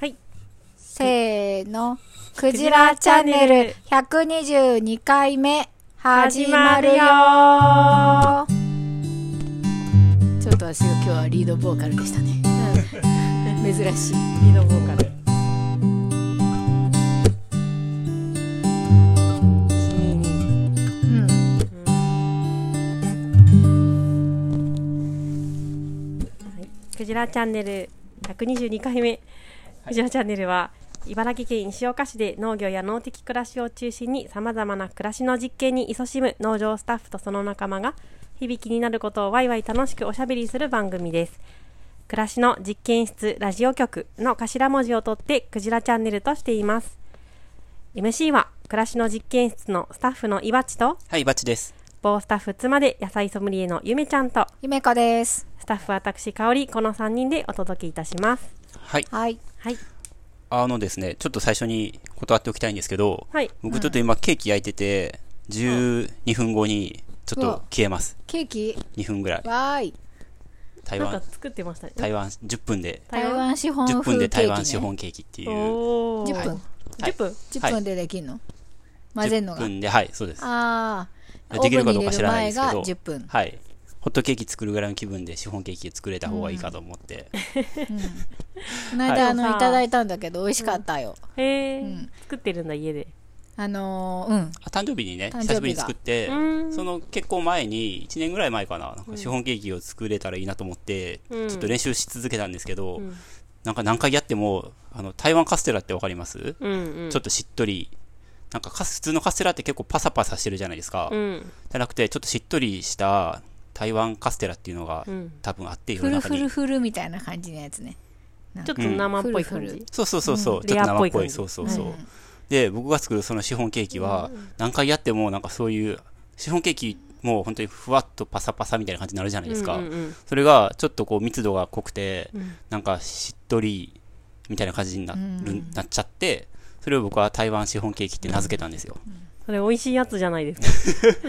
はい。せーの。クジラチャンネル122回目、始まるよちょっと私が今日はリードボーカルでした ね。珍しい。リードボーカル。君にうん。クジラチャンネル122回目、クジラチャンネルは茨城県石岡市で農業や農的暮らしを中心にさまざまな暮らしの実験に勤しむ農場スタッフとその仲間が日々気になることをワイワイ楽しくおしゃべりする番組です暮らしの実験室ラジオ局の頭文字を取ってクジラチャンネルとしています MC は暮らしの実験室のスタッフのいわちとはい、バッチです。某スタッフ妻で野菜ソムリエのゆめちゃんとゆめこです。スタッフ私香織この3人でお届けいたしますはい。はい。はいあのですね、ちょっと最初に断っておきたいんですけど、はい僕ちょっと今ケーキ焼いてて、12分後にちょっと消えます。ケーキ2分ぐらい。わーい。台なんか湾、作ってましたね台湾、10分で、台湾資本10風分ケでーキ、ね。台湾資本ケーキっていう。おー10分。はい10分10分でできるの、混ぜるのが10。分で、はい、そうです。ああ。できるかどうか知らないですけどオーブンに入れる前が10分。はい。ホットケーキ作るぐらいの気分でシフォンケーキ作れた方がいいかと思って。この間、はいあのいただいたんだけど美味しかったよ、へえ、うん作ってるんだ家であのーうんあ誕生日にね、誕生日が久しぶりに作ってう、ーんその結構前に、1年ぐらい前かな、なんかシフォンケーキを作れたらいいなと思って、うんちょっと練習し続けたんですけど、うんなんか何回やっても、あの、台湾カステラってわかります、うんうんちょっとしっとり。なんかカス、普通のカステラって結構パサパサしてるじゃないですか。うんじゃなくて、ちょっとしっとりした台湾カステラっていうのが、うん多分あって、世フのル中フに。ルフルみたいな感じのやつねちょっと生っぽい感うんふるふじるそうそうそうそう、んちょっと生っレアっぽぽい感い、じそうそうそう。うんで、僕が作るそのシフォンケーキは、何回やってもなんかそういう、シフォンケーキも本当にふわっとパサパサみたいな感じになるじゃないですか。うんうんそれがちょっとこう密度が濃くて、んなんかしっとりみたいな感じにな,、うんなっちゃってそれを僕は台湾シフォンケーキって名付けたんですよ、それ美味しいやつじゃないですか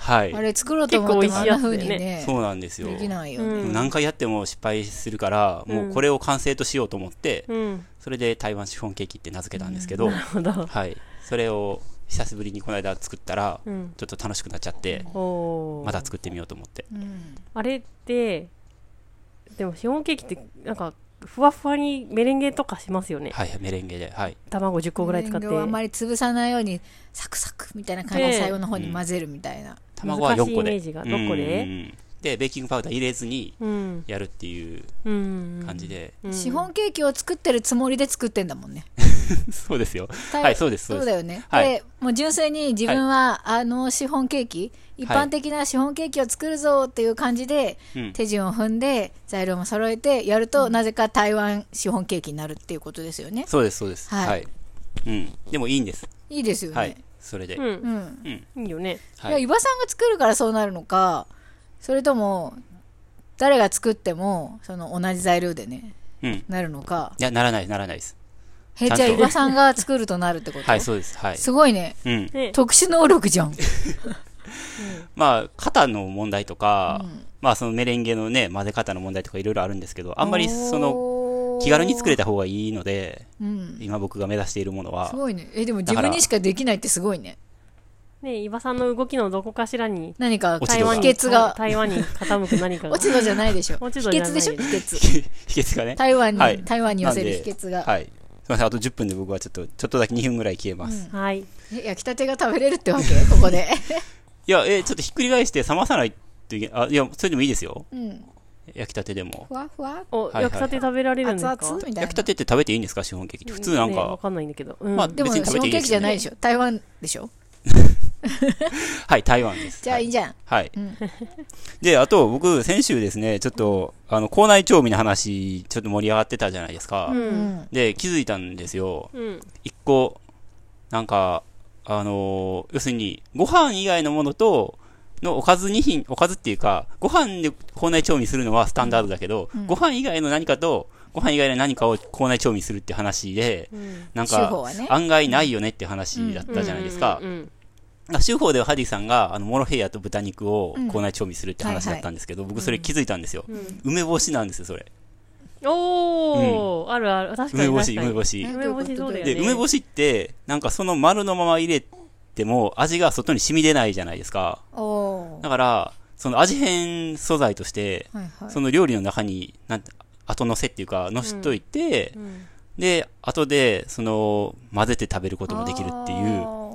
はあいれ作ろうと思ってもあんな風にねそうなんですよできないようね、ん何回やっても失敗するから、もうこれを完成としようと思って、うんそれで台湾シフォンケーキって名付けたんですけど、なるほどはいそれを久しぶりにこの間作ったら、うんちょっと楽しくなっちゃって、おーまた作ってみようと思ってうんあれってでもシフォンケーキってなんかふわふわにメレンゲとかしますよねはいメレンゲではい卵10個ぐらい使ってレンゲをあんまり潰さないようにサクサクみたいな感じねで最後の方に混ぜるみたいな、卵は4個で難しいイメージがどこでうんうんうんでベーキングパウダー入れずにうんやるっていううん感じで、うんシフォンケーキを作ってるつもりで作ってんだもんねそうですよ。はい はい、そうです、そそううでだす。よね、はいでもう純粋に自分はあのシフォンケーキ一般的なシフォンケーキを作るぞっていう感じで、うん手順を踏んで材料も揃えてやると、なぜか台湾シフォンケーキになるっていうことですよねそうです、そうです。はいはい。うん。でもいいんです。いいですよね、はい。それで。ううんん、うん。いいよねいやはい。伊庭さんが作るからそうなるのかそれとも誰が作ってもその同じ材料でねうん。いなるのかや、ならない、ならないです。えちゃんとじゃあ伊庭さんが作るとなるってこと、 はい、そうです。はい。すごいねうん。ね特殊能力じゃん、まあ、型の問題とか、まあ、そのメレンゲのね、混ぜ方の問題とかいろいろあるんですけ ど、あんまりそのの、気軽に作れた方がいいので、うん今僕が目指しているものはす、ごいねえでも自だから分にしかできないってすごいねね伊庭さんの動きのどこかしらに何か落ち台度が湾秘に訣が台湾に傾く何かが落ち度じゃないでしょ落秘ち度じゃない訣でしょ秘訣秘訣がね。台湾に、はい台湾に寄せるなん秘で訣が、はい。すみません、あと10分で僕はちょっと、ちょっとだけ2分ぐらい消えます。はいえ焼きたてが食べれるってわけここでいや、えー、ちょっとひっくり返して冷まさないといけない。あ、いや、それでもいいですよ。うん焼きたてでも。ふわふわお、はいはい焼きたて食べられるんです熱か々みたい焼なきたてって食べていいんですかシフォンケーキって普通なんねわか、かんないんだけど、うんまあでも別にシ食フォべてンいいケーですよねキじゃないでしょ台湾でしょはい台湾ですじゃあいいじゃん、はい、んであと僕先週ですねちょっとあの校内調味の話ちょっと盛り上がってたじゃないですか、ううんんで気づいたんですようん一個なんかあのー要するにご飯以外のものとのおかず2品おかずっていうかご飯で校内調味するのはスタンダードだけど、ご飯以外の何かとご飯以外の何かを校内調味するって話でうんなん手法かはね案外ないよねって話だったじゃないですか、うんうんあ州法ではハディさんがあのモロヘイヤと豚肉をうん口内調味するって話だったんですけど、僕それ気づいたんですよ、うん梅干しなんですよそれうんおお、あるある。確か梅に干確し、かに梅。干し。梅干しそうだよねで、梅干しって、なんかその丸のまま入れても、味が外に染み出ないじゃないですか。おおだから、その味変素材として、ー。はいはい。その料理の中に、なんて、後乗せっていうか、乗しといて、うんで、後で、その、混ぜて食べることもできるっていう、あ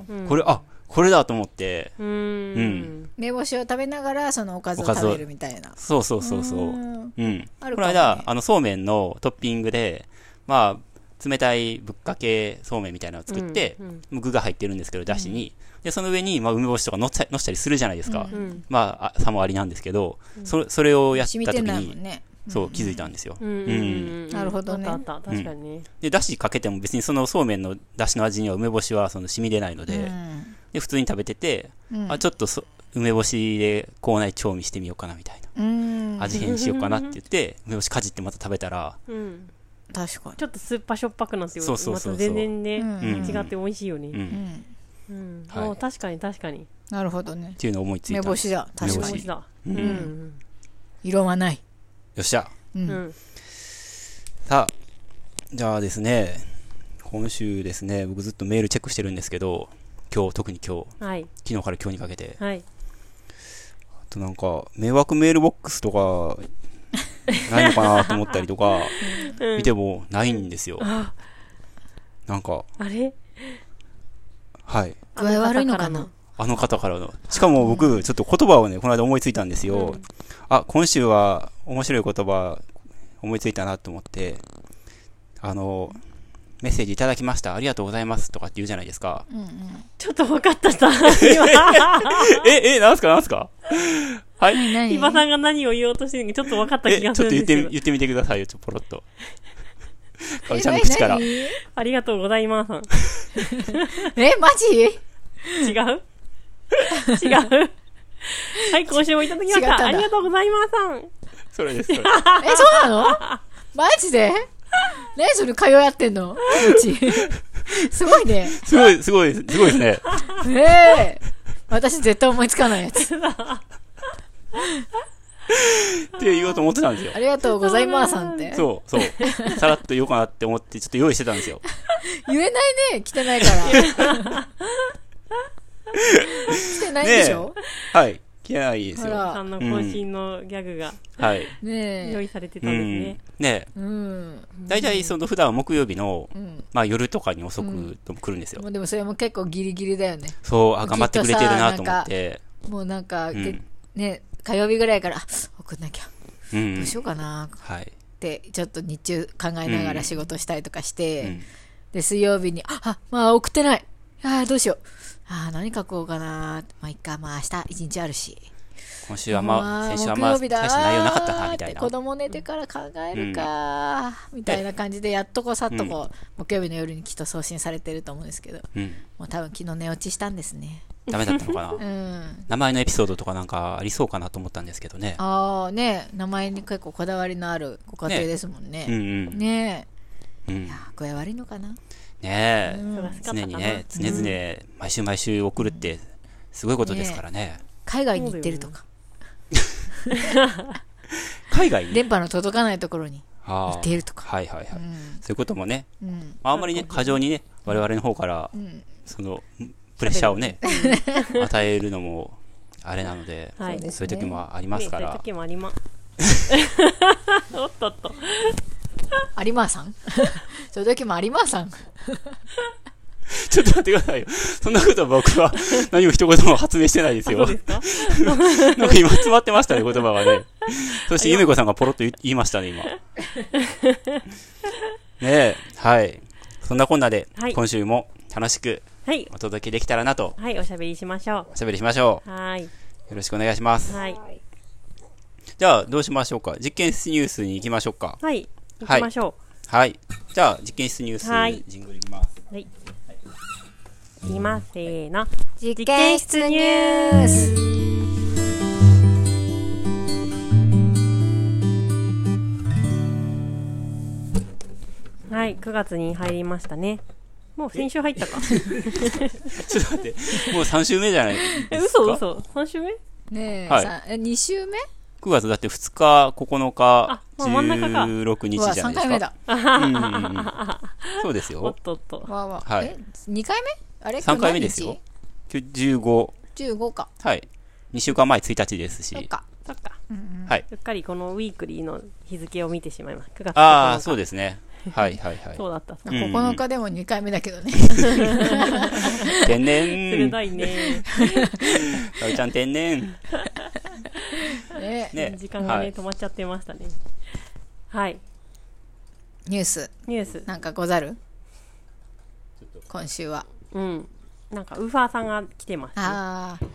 ーうんこれ、あ、これだと思って、うー。うん梅干しを食べながらそのおかずをおかず食をべるみたいなそうそうそうそう。んうん。あるこかのもね間、あの、そうめんのトッピングで、まあ、冷たいぶっかけそうめんみたいなのを作ってう、ん具が入ってるんですけど、だしに。で、その上に、まあ、梅干しとかのったのしたりするじゃないですか。うんまああ、さもありなんですけど、それ、それをやった染みて時ないもんに、ねそう、気づいたんですよ。うんうんうんなるほどねあったあった確かにね。で、だしかけても別にそのそうめんのだしの味には梅干しはその染み出ないので、で、普通に食べてて、うんあ、ちょっとそ梅干しで口内調味してみようかなみたいな。うん味変しようかなって言って、梅干しかじってまた食べたら、うん。確かちょっと酸っぱしょっぱくなんですよ。そうそうそうそうまた全然にね、うんうん違って美味しいよう。ね。うんうんっん。はいお確かに確かに。なるほどねていうのを思いついた。梅干しだ確か梅干美に味ししだ。う。うんん。色はないよっしゃ。ううんん。さあ、じゃあですね、今週ですね、僕ずっとメールチェックしてるんですけど、今日、特に今日、はい。昨日から今日にかけて、はい。あとなんか、迷惑メールボックスとか、ないのかなと思ったりとか、見てもないんですよ。なんか、あれはい。具合悪いのかあなたあの方からの。しかも僕、ちょっと言葉をね、この間思いついたんですよ。うんあ、今週は面白い言葉、思いついたなと思って、あの、メッセージいただきました。ありがとうございます。とかって言うじゃないですか。うんうんちょっと分かったさ。今、 え、 え、なんすかなんすか はい。何今さんが何を言おうとしてるのかちょっと分かったえ、気ちょがっとするん言でっすけてみ、ど。言ってみてくださいよ、ちょ、ポロ っと。かおえりちゃんの口から。何違えありがとうございます。マジ違う違うはい、今週もいただきまし違ったんた。だありがとうございます。それです、それ。えそうなのマジで何それ通い合ってんの気持ちすごいねすごい、すごい、すごいですね。ねえ私絶対思いつかないやつって言おうと思ってたんですよあ。りがとうございますさんってそ う、そう。さらっと言おうかなって思って、ちょっと用意してたんですよ。言えないね来て ないから来てないんでしょはい。聞けないですあらよ。さんの更新のギャグがはい。用ねえ意されてたうんですんね。。ねうん大体、その、普段は木曜日の、うんまあ、夜とかに遅くとも来るんですよ。もうでもそれも結構ギリギリだよねそう、あ、頑張ってくれてるなと思って。もうなんか、うんけね火曜日ぐらいからあ送んなきゃうどんう。しようかなはい。ってちょっと日中考えながら仕事したりとかして、うん。で水曜日にああまあ送ってないあーどうしようあー何書こうかなまあいっかまあ明日一日あるし今週はまあ、先週はまあ、木大曜日しただー内容なかったな、みたいってな。子供寝てから考えるか、みたいな感じでやっとこうさっとこう、木曜日の夜にきっと送信されてると思うんですけどうん。もう多分昨日寝落ちしたんですねダメだったのか なうん名前のエピソードとかなんかありそうかなと思ったんですけどね。ああね名前に結構こだわりのあるご家庭ですもんねうんねうん。うん。えね具合悪いのかなえ。忙しかったか常なにね、常々、毎週毎週送るって、すごいことですからね。海外に行ってるとか、海外に電波の届かないところにあ行っているとかはいはいはい。うんそういうこともね、うんあんまりね、過剰にね、我々の方からう、んその、プレッシャーをね、与えるのも、あれなので、はい そうですねそういう時もありまねそすかういうら、時もあります。 おっとっと。有馬さん そういう時も有馬さん ちょっと待ってくださいよ。そんなことは僕 は何も一言も発明してないですあそようで。すか なんか今詰まってましたね、言葉がね。そして、ゆめこさんがポロッと言言いました ね、今。ねえ、はい。そんなこんなで、はい今週も楽しくはい。お届けできたらなと、はい、おしゃべりしましょおしゃべりしましょう。はい。う。よろしくお願いします。はい。じゃあ、どうしましょうか。実験室ニュースに行きましょうか。はい。行きましょはい。じゃあ、実験室ニュはーいス、ジングルいきます。う。はい。いきます。せーの。実験験室室ニニュュースはい。9月に入りましたね。もう先週入ったか。ちょっと待って、もう3週目じゃないえ、ですか。嘘嘘。3週目ねえ、はいさえ2週目9月だって2日、9日あ、もう真ん中か16日うじゃなわ、3いですか。回目だ。うんうんうん。そうですおっよ。とっと。わあわあ。はいえ、2回目あれ三回目ですよ。今日今15、日何日 ?15 か。はい。2週間前1日ですしそっ。か。そっか。はいうっかりこのウィークリーの日付を見てしまいます。9月9日。ああ、そうですね。はいはいはい。そうだった。そううん9日でも2回目だけどね。天然。鋭いね。かおちゃん天然。ね ね時間がはね、い止まっちゃってましたね。はい。ニュース、ニュース。なんかござる今週は。うん。なんか、ウーファーさんが来てます、ね。ああ。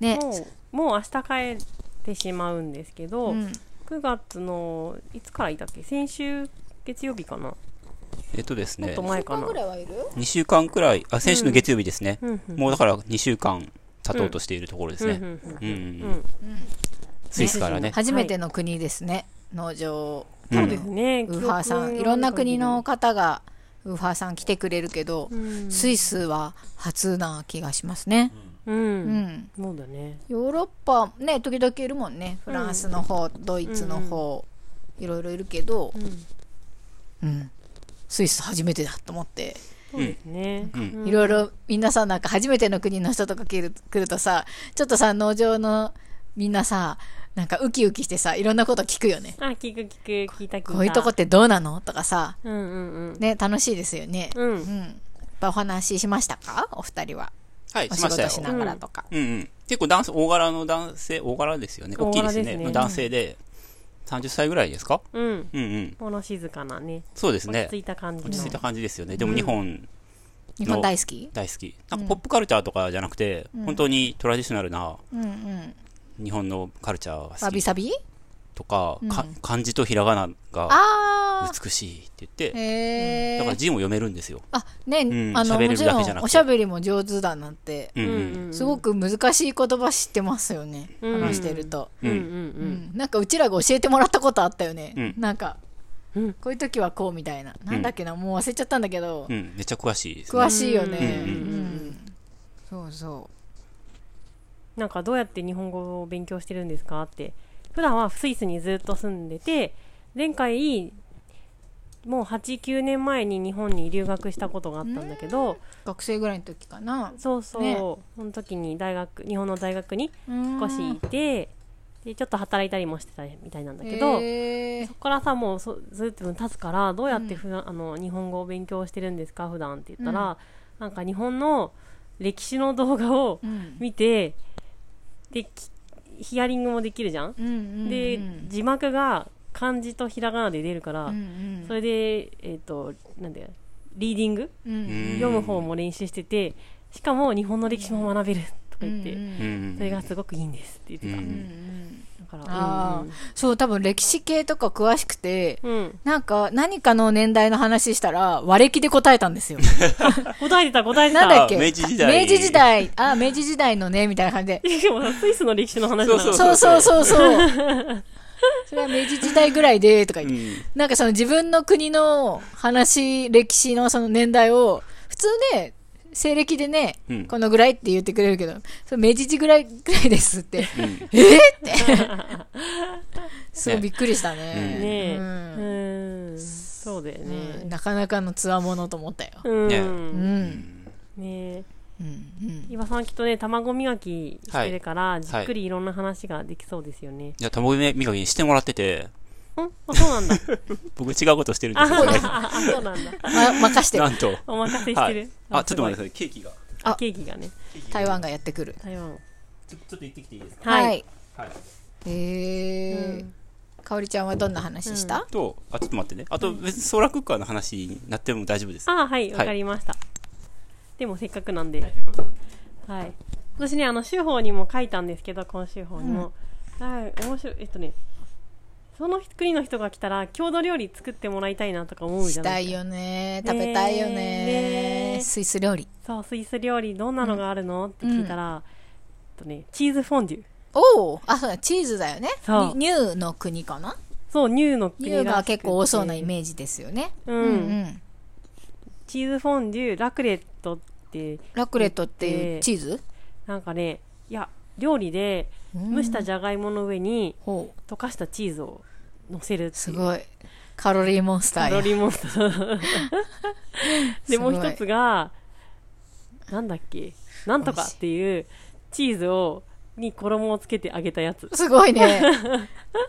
ね。もう、もう明日帰ってしまうんですけど、うん。 9月の、いつからいたっけ先週月曜日かなえっとですもっねと。前かなぐ。らいはいる2週間くらい、あ、先週の月曜日ですね。うんうんもうだから2週間経とうとしているところですうんうね。んうんうんううんん。スイスからね。初めての国ですね。農場。うんそうですね。ウーファーさん。記憶がいろんな国の方がウーファーさん来てくれるけどう、ん。スイスは初な気がしますね。う。うんん。そうだね。ヨーロッパね時々いるもんねフランスの方、ドイツの方、いろいろいるけど、うん。うん、スイス初めてだと思って、そうですね。うんうんいろいろみんなさなんか初めての国の人とか来る来るとさちょっとさ農場のみんなさなんかウキウキしてさいろんなこと聞くよねあ、聞く聞く、聞いた聞いた。こういうとこってどうなのとかさうんうんね楽しいですよねうん。うん。うん、やっぱお話ししましたかお二人ははい、おし仕ました事よし。ながらとか、うんうん。結構男性、大柄の男性、大柄ですよね。大きいで大柄すですね。ねの男性で、30歳ぐらいですかうん。うんうん。物静かなね。そうです落ちね着。いた感じの。落ち着いた感じですよね。でも日本日本大好き大好き。なんかポップカルチャーとかじゃなくて、本当にトラディショナルなうんうん日本のカルチャーがわ好びきさびとかうん、か漢字とひらがながあ美しいって言っあて、へえだから字も読めるんですよ。あね、うんあの喋れもるちだろけじゃんなくておしゃべりも上手だなって、うんうん。すごく、く難しい言葉知ってますよね、うん話してると、ううんんうんうんなんかうちらが教えてもらったことあったよね、うんなんか、うんこういう時はこうみたいななんだっけなもう忘れちゃったんだけど、うん。めっちゃ詳しいですね。詳しいよね、うんうんそうそううん。なんかどうやって日本語を勉強してるんですかって。普段はスイスにずっと住んでて、前回、もう8、9年前に日本に留学したことがあったんだけど、学生ぐらいの時かなそうそう、ねその時に大学、日本の大学に少少しいて、で、ちょっと働いたりもしてたみたいなんだけど、そこからさもうそずっと経つからどうやってふ、あの日本語を勉強してるんですか普段って言ったら、なんか日本の歴史の動画をうん見てできヒアリングもできるじゃん、うんうんでうん字幕が漢字とひらがなで出るから、うんそれでえっ、となんでリーディング、うんうんうん読む方も練習しててしかも日本の歴史も学べるとか言って、うんうんうんうん。それがすごくいいんですって言ってた、うんだからああ、そう多分歴史系とか詳しくて、うん、うん、なんか何かの年代の話したら和暦で答えたんですよ。答えてた答えてたなんだっけ明治時代明治時代。あ、明治時代のね、みたいな感じで。でもさスイスの歴史の話なのそうそうそうそう そうそう。それは明治時代ぐらいで、とか言うって。ん。なんかその自分の国の話、歴史のその年代を、普通ね、西暦でね、うんこのぐらいって言ってくれるけど、その明治時ぐらい、ぐらいですって。うんえーって。すごいねびっくりしたね。ねえ、ううんーん、そうだようんね。なかなかのつわものと思ったよ。うん、ねえうねん。え、うん。うん。岩さんはきっとね、卵磨きしてるから、じいっくりいろんな話ができそうですよね。いや、卵みかきにしてもらってて、うん、あそう なんだ。僕違うことしてるんですよ。あ、そうなんだ。ま、任してなる。んと。お任せしはてるい。。あ、ちょっとて。待ってください。ケーキが。あケーキがね、台湾がやってくる。台湾。ちょちょっと行ってきていいですかはい。はい。へえ、かおりちゃんはどんな話した、と、あ、ちょっと待ってね。あと、別にソーラークッカーの話になっても大丈夫です。あ、はい、いわかりました。でもせっかくなんで。はい。私ね、あの、週報にも書いたんですけど、今週報にも。はい、面白い。えっとね、その国の人が来たら、郷土料理作ってもらいたいなとか思うじしゃなたいいよねね食べたいよねねスイス料理そう、スイス料理どんなのがあるの、って聞いたら、えっとね、チーズフォンデュ。おおあそうだチーズだよねそうニニューの国かなそう、ニューのニ国ューが結構多そうなイージ。メージですよねうん。うんうんチーズフォンデュ、ラクレットって、ラクレットっていえーうチーズなんかね、いや、料理で、蒸したじゃがいもの上にほう溶かしたチーズを乗せるっていうすごいカロリーモンスタカーロやリーモン スターすでもごうい一つがなんだっけなんとかっていうチーズをに衣をつけて揚げたやつすご いね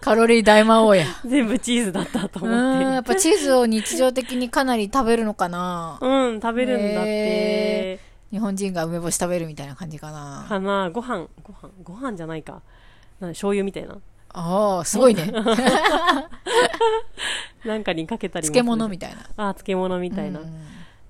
カロリー大魔王や全部チーズだったとう思んやっっぱチーズを日常的にかなり食べるのかなてうん食べるんだってへ日本人が梅干し食べるみたいな感じかなかなご飯ご飯ご飯じゃないかなん醤油みたいなああすごいねなんかにかけたりもす漬る物みたいなあー漬物みたいな、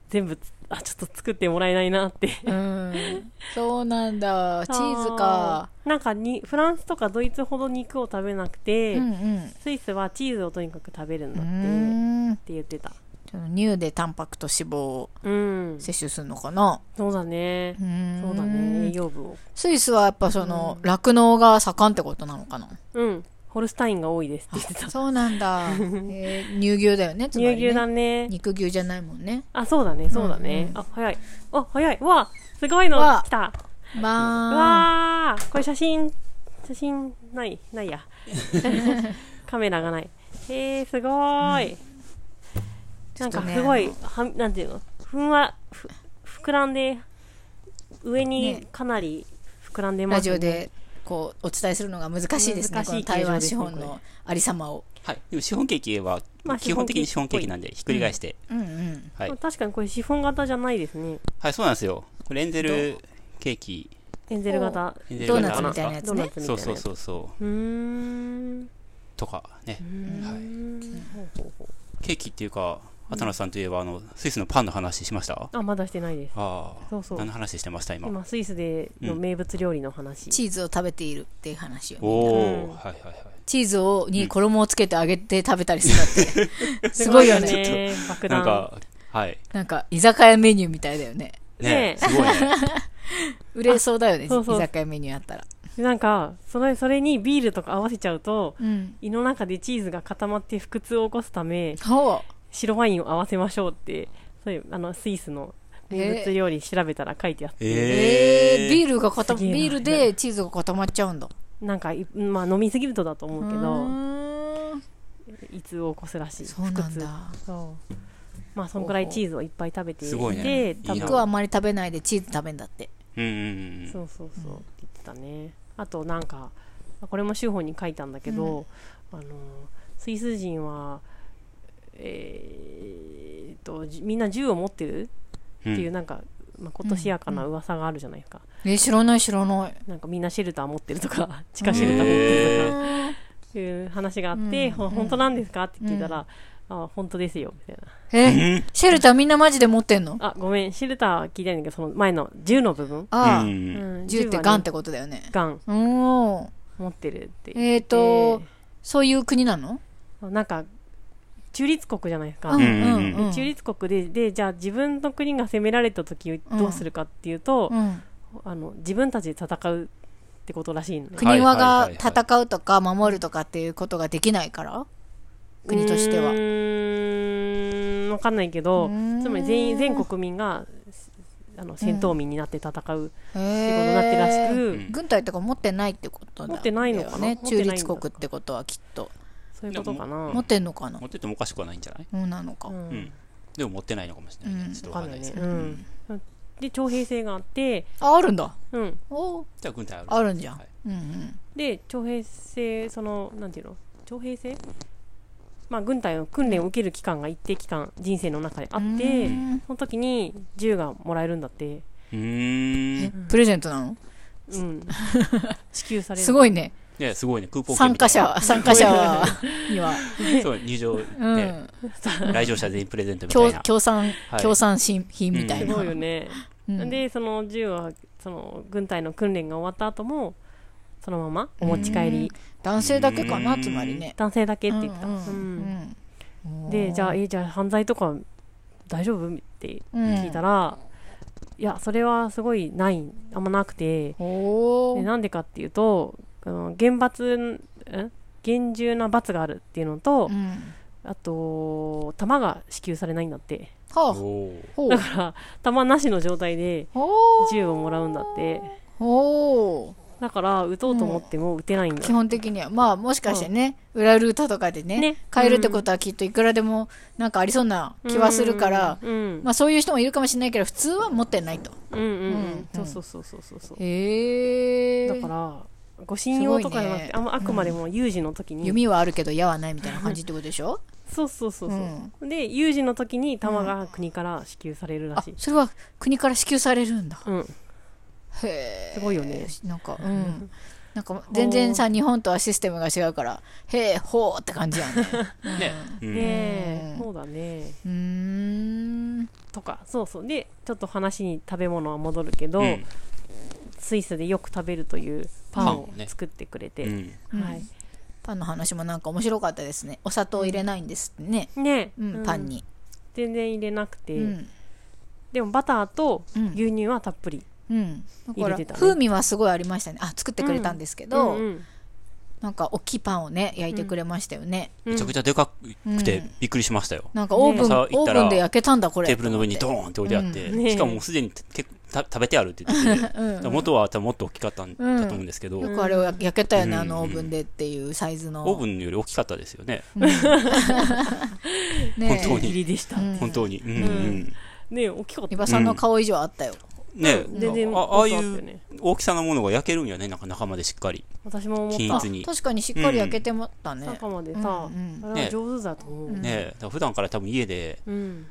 全部つあちょっと作ってもらえないなってうん、 うんそうなんだチーズかあーなんかにフランスとかドイツほど肉を食べなくうて、んうんスイスはチーズをとにかく食べるんうだって、っーんて言ってたちょっと乳でタンパクと脂肪をうん摂取するのかなそうだねうーんそうだね栄養分をスイスはやっぱその酪農が盛んってことなのかなうんホルスタインが多いですって言ってた そうなん だ、えー乳牛だよねつま乳りね牛だね肉牛じゃないもんねあそうだねそうだね、うんあ早いあ早いわあすごいのわあ来たうまあわあこれ写真写真ないない やカメラがないへえすごーい、なんかすごい、はなんていうのふんわふ膨らんで上にねかなり膨らんでまラすジねオでこうお伝えするのが難しいですね難しいこの台湾資本のありさまをはい。でも資本ケーキはまあ、基本的に資本ケーキなんで、ひっくり返して。うんうんはいまあ。確かにこれシフォン型じゃないですねはい、そうなんですよ。これエンゼルケーキ、エンゼル型エンゼルドーナツ型かなみたいなやつドーナねツみたいなやつそうそうそうそうーんう。とかね。はうい。ーんほうほうほうケーキっていうか、アトナさんといえば、あの、スイスのパンの話しましたああまだしてないですあー。そうそう何の話してました、今。今スイスでのうん名物料理の話、チーズを食べているっていう話よおねうんおはいはいはい。チーズをに衣をつけて揚げて食べたりする んだってすごいよねね爆なん弾か、はい。なんか居酒屋メニューみたいだよねねねえすごい ね。売れそうだよねあそうそう居酒屋メニューあったらなんかそれそれにビールとか合わせちゃうとうん胃の中でチーズが固まって腹痛を起こすためほ白ワインを合わせましょうってそういうあのスイスの名物料理調べたら書いてあって、うえええー、ビールが固すげえなビールでチーズが固まっちゃうんだなんかいまあ飲みすぎるとだと思うけどうーん胃痛を起こすらしいそうなんだそうまあそんくらいチーズをいっぱい食べていてすごいね多分いいな肉はあんまり食べないでチーズ食べんだってうんうんうそん。うそうそう、って言ってたねあとなんかあこれも州法に書いたんだけど、あのスイス人はえーっとじみんな銃を持ってるうっていうんなんか、まあ、ことしやかな噂があるじゃないですか、え知らない知らないなんかみんなシェルター持ってるとか地下シェルター持ってるとかっていう話があって、うんほ本当なんですかって聞いたら、あ本当ですよみたいえシェルターみんなマジで持ってんのなあごめんシェルター聞いてないんだけどその前の銃の部分、ああ、うんううんん銃ってはねガンってことだよねガンうーん持ってるって言えーとそういう国なのなんか中立国じゃないですか、うんうんうんううん中立国ででじゃあ自分の国が攻められた時どうするかっていうと、うんあの自分たちで戦うってことらしいのね国はがはいはいはいはい戦うとか守るとかっていうことができないから国としてはうーんわかんないけどうーんつまり全員全国民があの戦闘民になって戦うってことにへえなってらしく、うん軍隊とか持ってないってことだ持ってないのかなだよね持ってない中んだ立国ってことはきっとそういうことかな持ってんのかな持ってってもおかしくはないんじゃないそうなのかうんうん。でも持ってないのかもしれないね。ちょっとわわかかんんななねいいですけうど。んで徴兵制があって、ああるんだうん、おーじゃあ軍隊ある。あるんじゃんはいうんうんで徴兵制そのなんていうの徴兵制まあ軍隊の訓練を受ける期間が一定期間人生の中であってうんその時に銃がもらえるんだって、うーえん。プレゼントなの うん、支給されるすごいねいや、すごいね。クーポン券参みた加いな者 は参加者はにはそう、入場、 ねうん来場者全員プレゼントみた協いな。協賛はい協賛品品みたいすなごいよね、うんでその銃はその軍隊の訓練が終わった後もそのままお持ち帰り男性だけかうなんつまりね男性だけって言ってた、ううんんうんうんでじゃあうんえじゃあ犯罪とか大丈夫って聞いたらら、いやそれはすごいないあんまなくておでーなんでかっていうとあの厳罰ん厳重な罰があるっていうのと、うんあと弾が支給されないんだってはあおーほうだから弾なしの状態でおー銃をもらうんだっておーだから打とうと思っても打てないんだ、基本的にはまあもしかしてね、裏ルータとかでねね買えるってことはきっといくらでもなんかありそうな気はするから、うんうんまあ、そういう人もいるかもしれないけど普通は持ってないとうんうんううんんそうそうそうそうそうそうへえだからご信用とかじゃなくて、すごいねあんまあくまでも有事の時に、弓はあるけど矢はないみたいな感じってことでしょそうそうそうそう、で有事の時に玉が国から支給されるらあしい、それは国から支給されるんだうんへえすごいよねなんかうんなんか全然さ日本とはシステムが違うからへえほうって感じ やねね。うんねえうんそうだねうーんとかそうそうでちょっと話に食べ物は戻るけど、うんスイスでよく食べるというパンをパンをね作ってくれて、うんうんはいパンの話もなんか面白かったですねお砂糖入れないんですってねね、うんパンに全然入れなくて、うんでもバターとうん牛乳はたっぷり、うんだか入れらてたね風味はすごいありましたねあ作ってくれたんですけうどんうんなんか大きいパンをね焼いてくれましたよねめちゃくちゃでかくうてんびっくりしましたよ。なんかオーブンねオーブンで焼けたんだこれテーブルの上にドーンって置いてあっうんねえて、しかももうすでに結構た食べてあるって言ってて、うん元は多分もっと大きかったんだと思うんですけど、よオくあれを焼けたよね、うんあのオーブンでっていうサイズのーブンより大きかったですよね。ね本当にギリでした、うん本当に。うんうんね大きかっ伊た庭さんの顔以上あったよ、ねうん全然あああいそうだったようね大きさのものが焼けるんやね、なんか中までしっかり。私も思っ均あ一に。確かにしっかり焼けてまったたね、中までさ、うんうんあれは上手だと思う、ねだから普段から多分家でうん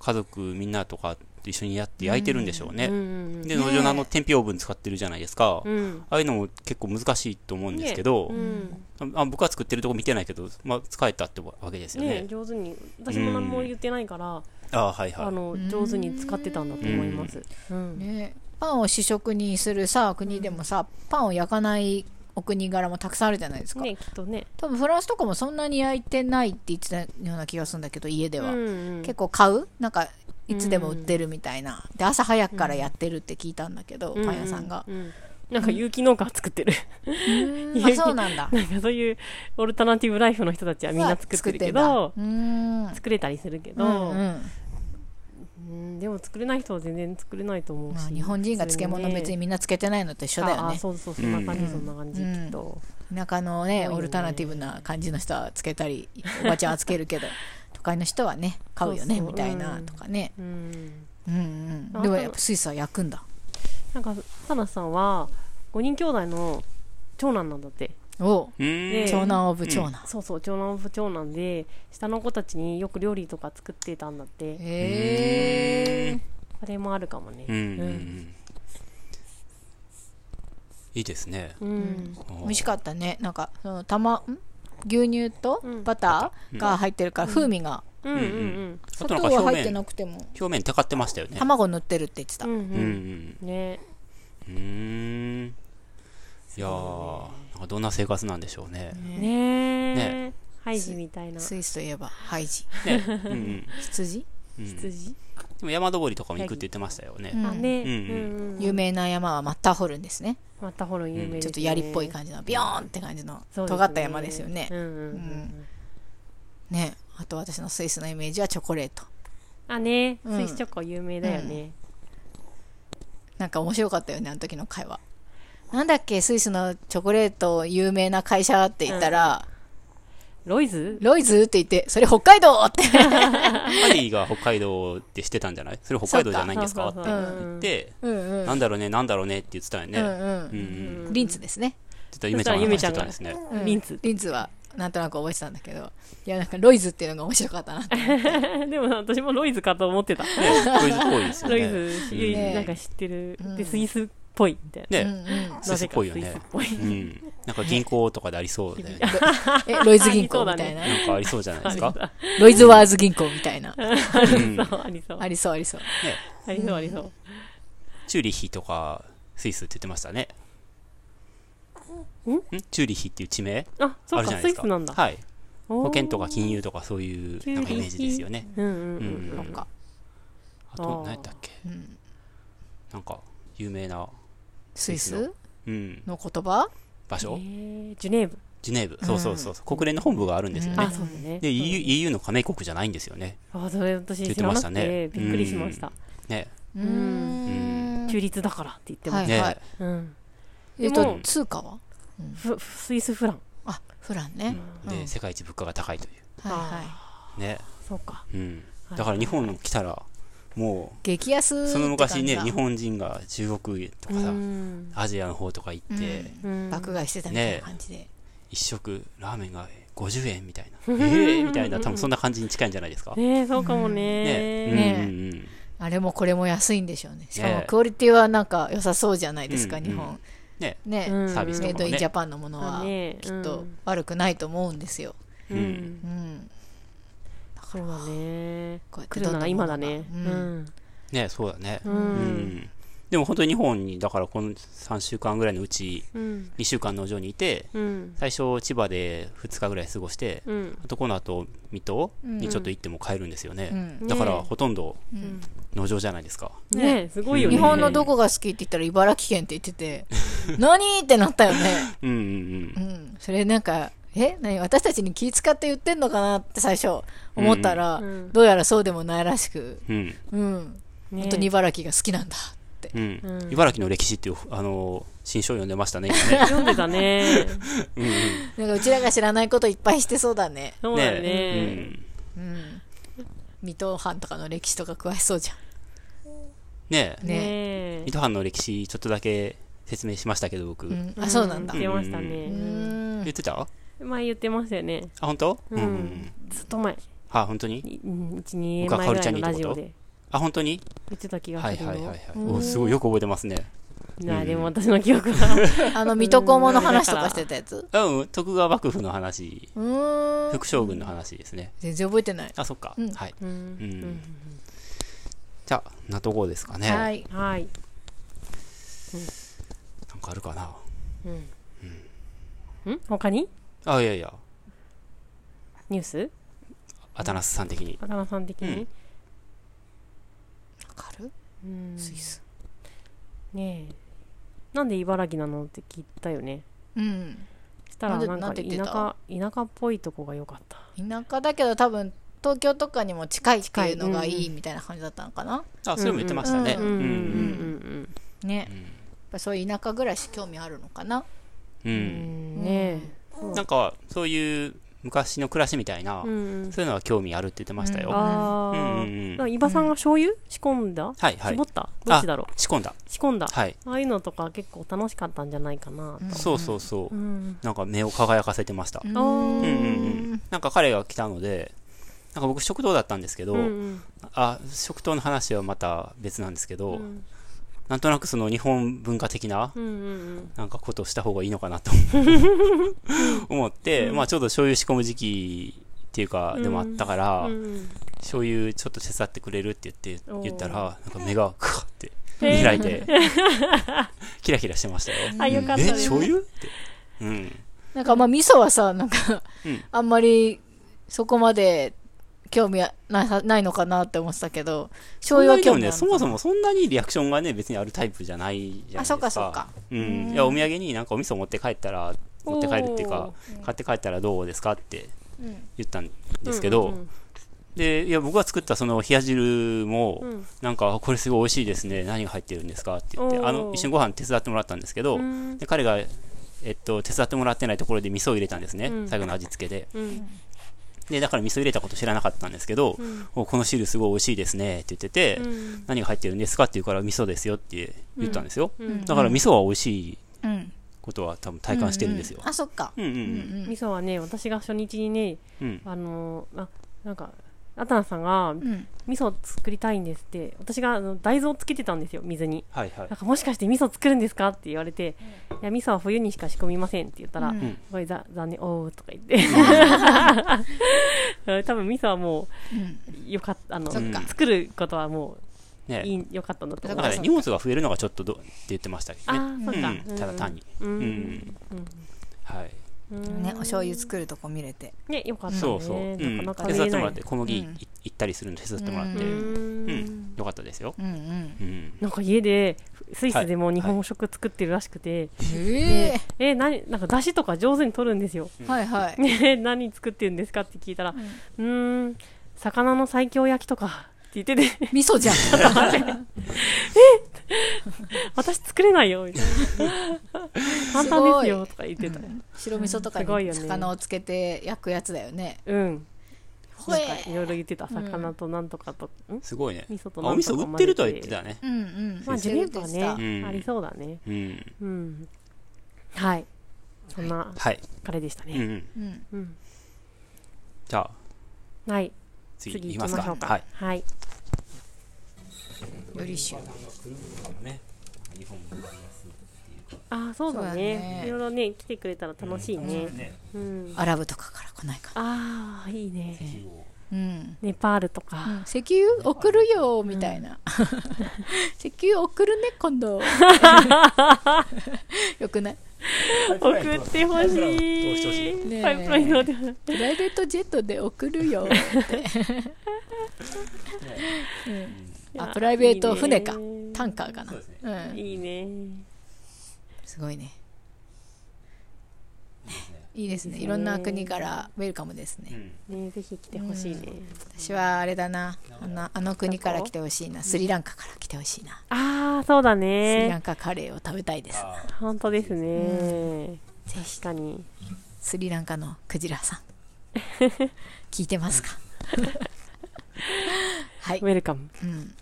家族みんなとかと一緒にやって焼いてるんでしょううんうね。んで、農場のあの天日オーブン使ってるじゃないですか。うんうんああいうのも結構難しいと思うんですけどう、んあ僕は作ってるとこ見てないけど、まあ、使えたってわけですよねね上手に私も何も言ってないから、ああはいはあいの上手に使ってたんだと思います、うんねパンを主食にするさ国でもさ、パンを焼かないお国柄もたくさんあるじゃないですか、ねきっとね多分フランスとかもそんなに焼いてないって言ってたような気がするんだけど家では、うん結構買うなんかいつでも売ってるみたいな、で朝早くからやってるって聞いたんだけど、うんパン屋さんが、ううんなんか有機農家作ってるうんあそうなんだ なんかそういうオルタナティブライフの人たちはみんな作ってるけど作ってんだうーん作れたりするけど、うんうんうんでも作れない人は全然作れないと思うし、まあ、日本人が漬物別にみんな漬けてないのと一緒だよああねそうそうそんな感じ、うんそんな感じ、うんきっと田舎の多いねよねオルタナティブな感じの人は漬けたりおばちゃんは漬け るけど都会の人はね買うよそねうそうみたいなうんとかねうんうんうんあでもやっぱスイスは焼くんだなんかサナさんは5人兄弟の長男なんだっておううーんねえ長男オブ長男、そうそう長男部長なんで下の子たちによく料理とか作ってたんだってへえそれもあるかもねうんうんうんいいですねうん、美味しかったねなんかそのたまん牛乳とうんバターが入ってるから風味がうんうんあ砂と糖なんかは表入って面なくても表面たかってましたよね卵塗ってるって言ってたうんうんううんんねうんうーんいやーなんかどんな生活なんでしょうねねえハイジみたいなスイスといえばハイジねうんうん羊うんで 羊、も山登りとかも行くって言ってましたよねあね、うんうん有名な山はマッターホルンですねまたほら有名です、ねちょっと槍っぽい感じのビヨーンって感じのそうですね尖った山ですよねうんうんうんねあと私のスイスのイメージはチョコレートあねうんスイスチョコ有名だよね、なんか面白かったよねあの時の会話なんだっけスイスのチョコレート有名な会社って言ったら、ロイズロイズって言ってそれ北海道ってハリーが北海道でしてたんじゃないそれ北海道じゃないんですかっそてうか言ってうんうんなんだろうねなんだろうねって言ってたようねんうんううんうんリンツですね、ちょっとゆめちゃんがそし話しらゆめちゃたんてがたんですねうんリンツリンツはなんとなく覚えてたんだけどいやなんかロイズっていうのが面白かったなって でも私もロイズかと思ってたねロイズっぽいですよロねイズ、うんねなんか知ってる、うんでスイスっぽいみたいなうねんうんスイスっぽいよねなぜかスイスっぽいうんなんか銀行とかでありそうだよ ね。えロイズ銀行みたありいそな、なんかありそうじゃないですか。ロイズワーズ銀行みたいなうんね、そうありそうありそうありそうありそうありそうチューリヒとかスイスって言ってましたね。んチューリヒっていう地名あそあうるじゃかないスでイすか。スなんだはい。保保険とか金融とかそういうなんかイメージですよね。うんうんうんうんなんか、ああーと、何やったっけうん、なんか、有名な、スイスイススうん、の言葉場え所ージュネーブジュネーブ。そうそうそう。国連の本部があるんですようんあね。そうだねで、EU EU の加盟国じゃないんですよね。あそれ私言っ知てらまなくしたてねびっくりしましたね。うーん中立だからって言ってますはいね。はいうんえっでとも、通貨はふスイスフランあ、フランうね。んうでん世界一物価が高いといはいはい。うね、そうかうん、はいだから日本来たらも激安っうてその昔ね感日じだ本人が中国とうかさんアジアの方とか行って、うんうん爆買いしてたみたいな感じで。一食ラーメンが50円みたいなええみたいな多分そんな感じに近いんじゃないですかねねえそうかもえねねうんうんうんあれもこれも安いんでしょうね。しかもねクオリティはなんか良さそうじゃないですか、うん日本。ねね、うんサービスとメイかドもインジャねパンのものはだねきっとうん悪くないと思うんですよ。ううんんうん。そうだねこうやっ来てるどんならどん今だねう。うんんねそうだねううんんでも本当に日本にだからこの3週間ぐらいのうちうん2週間農場にいてうん最初千葉で2日ぐらい過ごしてうんあとこの後水戸うんにちょっと行っても帰るんですようね、んだからねほとんどうん農場じゃないですか、ねえすごいよね日本のどこが好きって言ったら茨城県って言って て、何ってなったよね。うんうんう、ん。それなんか、え何私たちに気使って言ってんのかなって最初思ったらう、んどうやらそうでもないらしく、うんうんうん。ねえ本当に茨城が好きなんだ。 うんうん茨城の歴史っていう、あのー新書を読んでました ね、今ね読んでたねうんうんなんかうちらが知らないこといっぱいしてそうだね。そうだうねんうん。水戸藩とかの歴史とか詳しそうじゃん。ねえ、んねえ水戸藩の歴史、ちょっとだけ説明しましたけど、僕、う言ん、あそうなんだ。言ってましたうねんってたあ、前言ってましたよね本当うんうんずっと前はあ、本当に12年前ぐらいのラジオであ、本当に言ってた気がはいするはいはいはのい。おすごい、よく覚えてますね。なうあんでも私の記憶はあの水戸黄門の話とかしてたやつうん、徳川幕府の話、うーん副将軍の話ですね。全然覚えてない、あ、そっか。うんはい。ううんん。じゃあ、なとこですかね。はいはいなんかあるかな。ん他にあ、いやいや、ニュースアタナスさん的に。渡辺さん的にわかるうんスイスねえなんで茨城なのって聞いたよねうんしたらなんでなんなかんて田言ってた舎田舎っぽいとこが良かった田舎だけど多分東京とかにも近いっていうのがい近いいみたいな感じだったのかな、あ、それも言ってましたね。ううんんううんんううんんねやっぱそういう田舎暮らし興味あるのかなうんううんんねえなんかそういう昔の暮らしみたいな、うんそういうのは興味あるって言ってましたよ。あうんうんあうんなんか伊庭さんが醤油仕込んだはいはい絞ったどっちだろう仕込んだ。仕込んだはい。ああいうのとか結構楽しかったんじゃないかなうんそうそうそうう。んなんか目を輝かせてました。うーうんうんんうん。なんか彼が来たので、なんか僕食堂だったんですけど、うんあ、食堂の話はまた別なんですけうど、んなんとなくその日本文化的な、うんうんなんかことをした方がいいのかなと 思って、まあちょうど醤油仕込む時期っていうか、でもあったから、うんうん醤油ちょっと手伝ってくれるって言っておー言ったらなんか目がクワって開いて、 キラキラしてましたよ。あよかったうんえです醤油って。うん。なんかまあ味噌はさなんか、うんあんまりそこまで興味なさないのかなって思ってたけど醤油はで興も味あるね、のかなそもそもそんなにリアクションがね、別にあるタイプじゃないじゃないですか。あそうかそうか。うん。いや、お土産になんかお味噌持って帰ったら、持って帰るっていうか、買って帰ったらどうですかってうん言ったんですけど、で、いや、僕が作ったその冷や汁も、うんなんか、あこれすごい美味しいですね。何が入ってるんですかって言って、おーあの、一緒にご飯手伝ってもらったんですけど、うんで彼が、えっと、手伝ってもらってないところで味噌を入れたんですね、うん最後の味付けでうんでだから味噌入れたこと知らなかったんですけど、うんおこの汁すごい美味しいですねって言ってて、何が入ってるんですかって言うから味噌ですよって言ったんですよ、うんうんだから味噌は美味しいうんことは多分体感してるんですうよあそっかうんうんううん味ん噌はね私が初日にねうんあのーあなんかアタナさんがうん味噌を作りたいんですって私があの大豆をつけてたんですよ水にはいはいなんかもしかして味噌作るんですかって言われていや味噌は冬にしか仕込みませんって言ったら、うすんごいざ残念おうとか言って多分味噌はもうんうよかったあのそっか作ることはもういねいよかったんだとだ思かうらね荷物が増えるのがちょっとどうって言ってましたけどあねーそっか、うん、ただ単に、うんうんはい、うんねお醤油作るとこ見れてねよかったねそうそう、うん、なかなか手見伝れってないもらって小麦いうん行ったりするの手伝ってもらって、ううんうんん、よかったですよ。うんうんうん。なんか家でスイスでも日本食作ってるらしくて、へええなになんか出汁とか上手に取るんですよ。はいはいね 何作ってるんですかって聞いたら、うーん 魚の西京焼きとかって言ってて味噌じゃん私作れ ないよみたいな簡単ですよとか言ってた白味噌とかすごいよにね魚をつけて焼くやつだよね。うんほなんえかいろいろ言ってた魚となんとかと、んすごいね。味噌とあおなん味と噌か売ってるとは言ってたね。うんうん。まあジュネーブはうね、んありそうだねうん。うんはいそんなはい。彼でしたうんうね、ん。うん。うんじゃあ、はい次次いき行まきすましょかう。かはい。はいよりしゅ。ああそうだそうだねねいろいろね来てくれたら楽しいねうん、アラブとかから来ないかな。ああいいねうん。ネパールとうか、ん石油送るよみたいな、石油送るね今 度よくない送ってほしねいえパイプライン乗ってほしいプライベートジェットで送る よって、うん、あプライベート船かいいねタンカーかなそうですねうん、いいねすごいねねいいですねいろんな国からウェルカムですね、うんねぜひ来てほしいね、私はあれだなあのあの国から来てほしいなスリランカから来てほしいな、ああそうだスリラねンカカレーを食べたいですあ本当ですね、確かにスリランカのクジラ さん聞いてますかはいウ、ェルカムうん、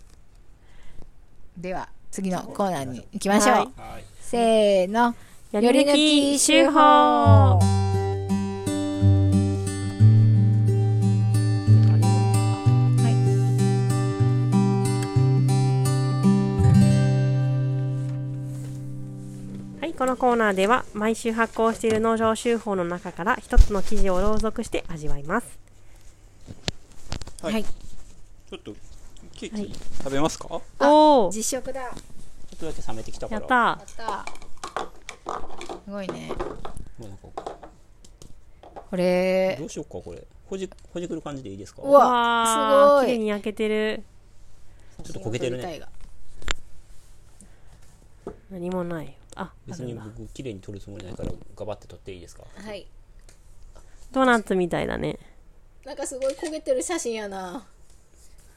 では次のコーナーに行きましょう、はいはいせーのやり抜き集法はい、このコーナーでは毎週発行している農場集法の中から一つの記事を朗読して味わいます。はいはいちょっと、ケーはいキ食べますかちょあおお、実食だやっっとだけ冷めてきたかやら。ったたすごいねもうなんかこれどうしようか、これ。ほじ、ほじくる感じでいいですかうー。わわーすごい綺麗に焼けてる。ちょっと焦げてるね写真を撮りたいが何もない。あ、あ別るにな僕、綺麗に撮るつもりないから、ガバって撮っていいですかはいドーナツみたいだね。なんかすごい焦げてる写真やな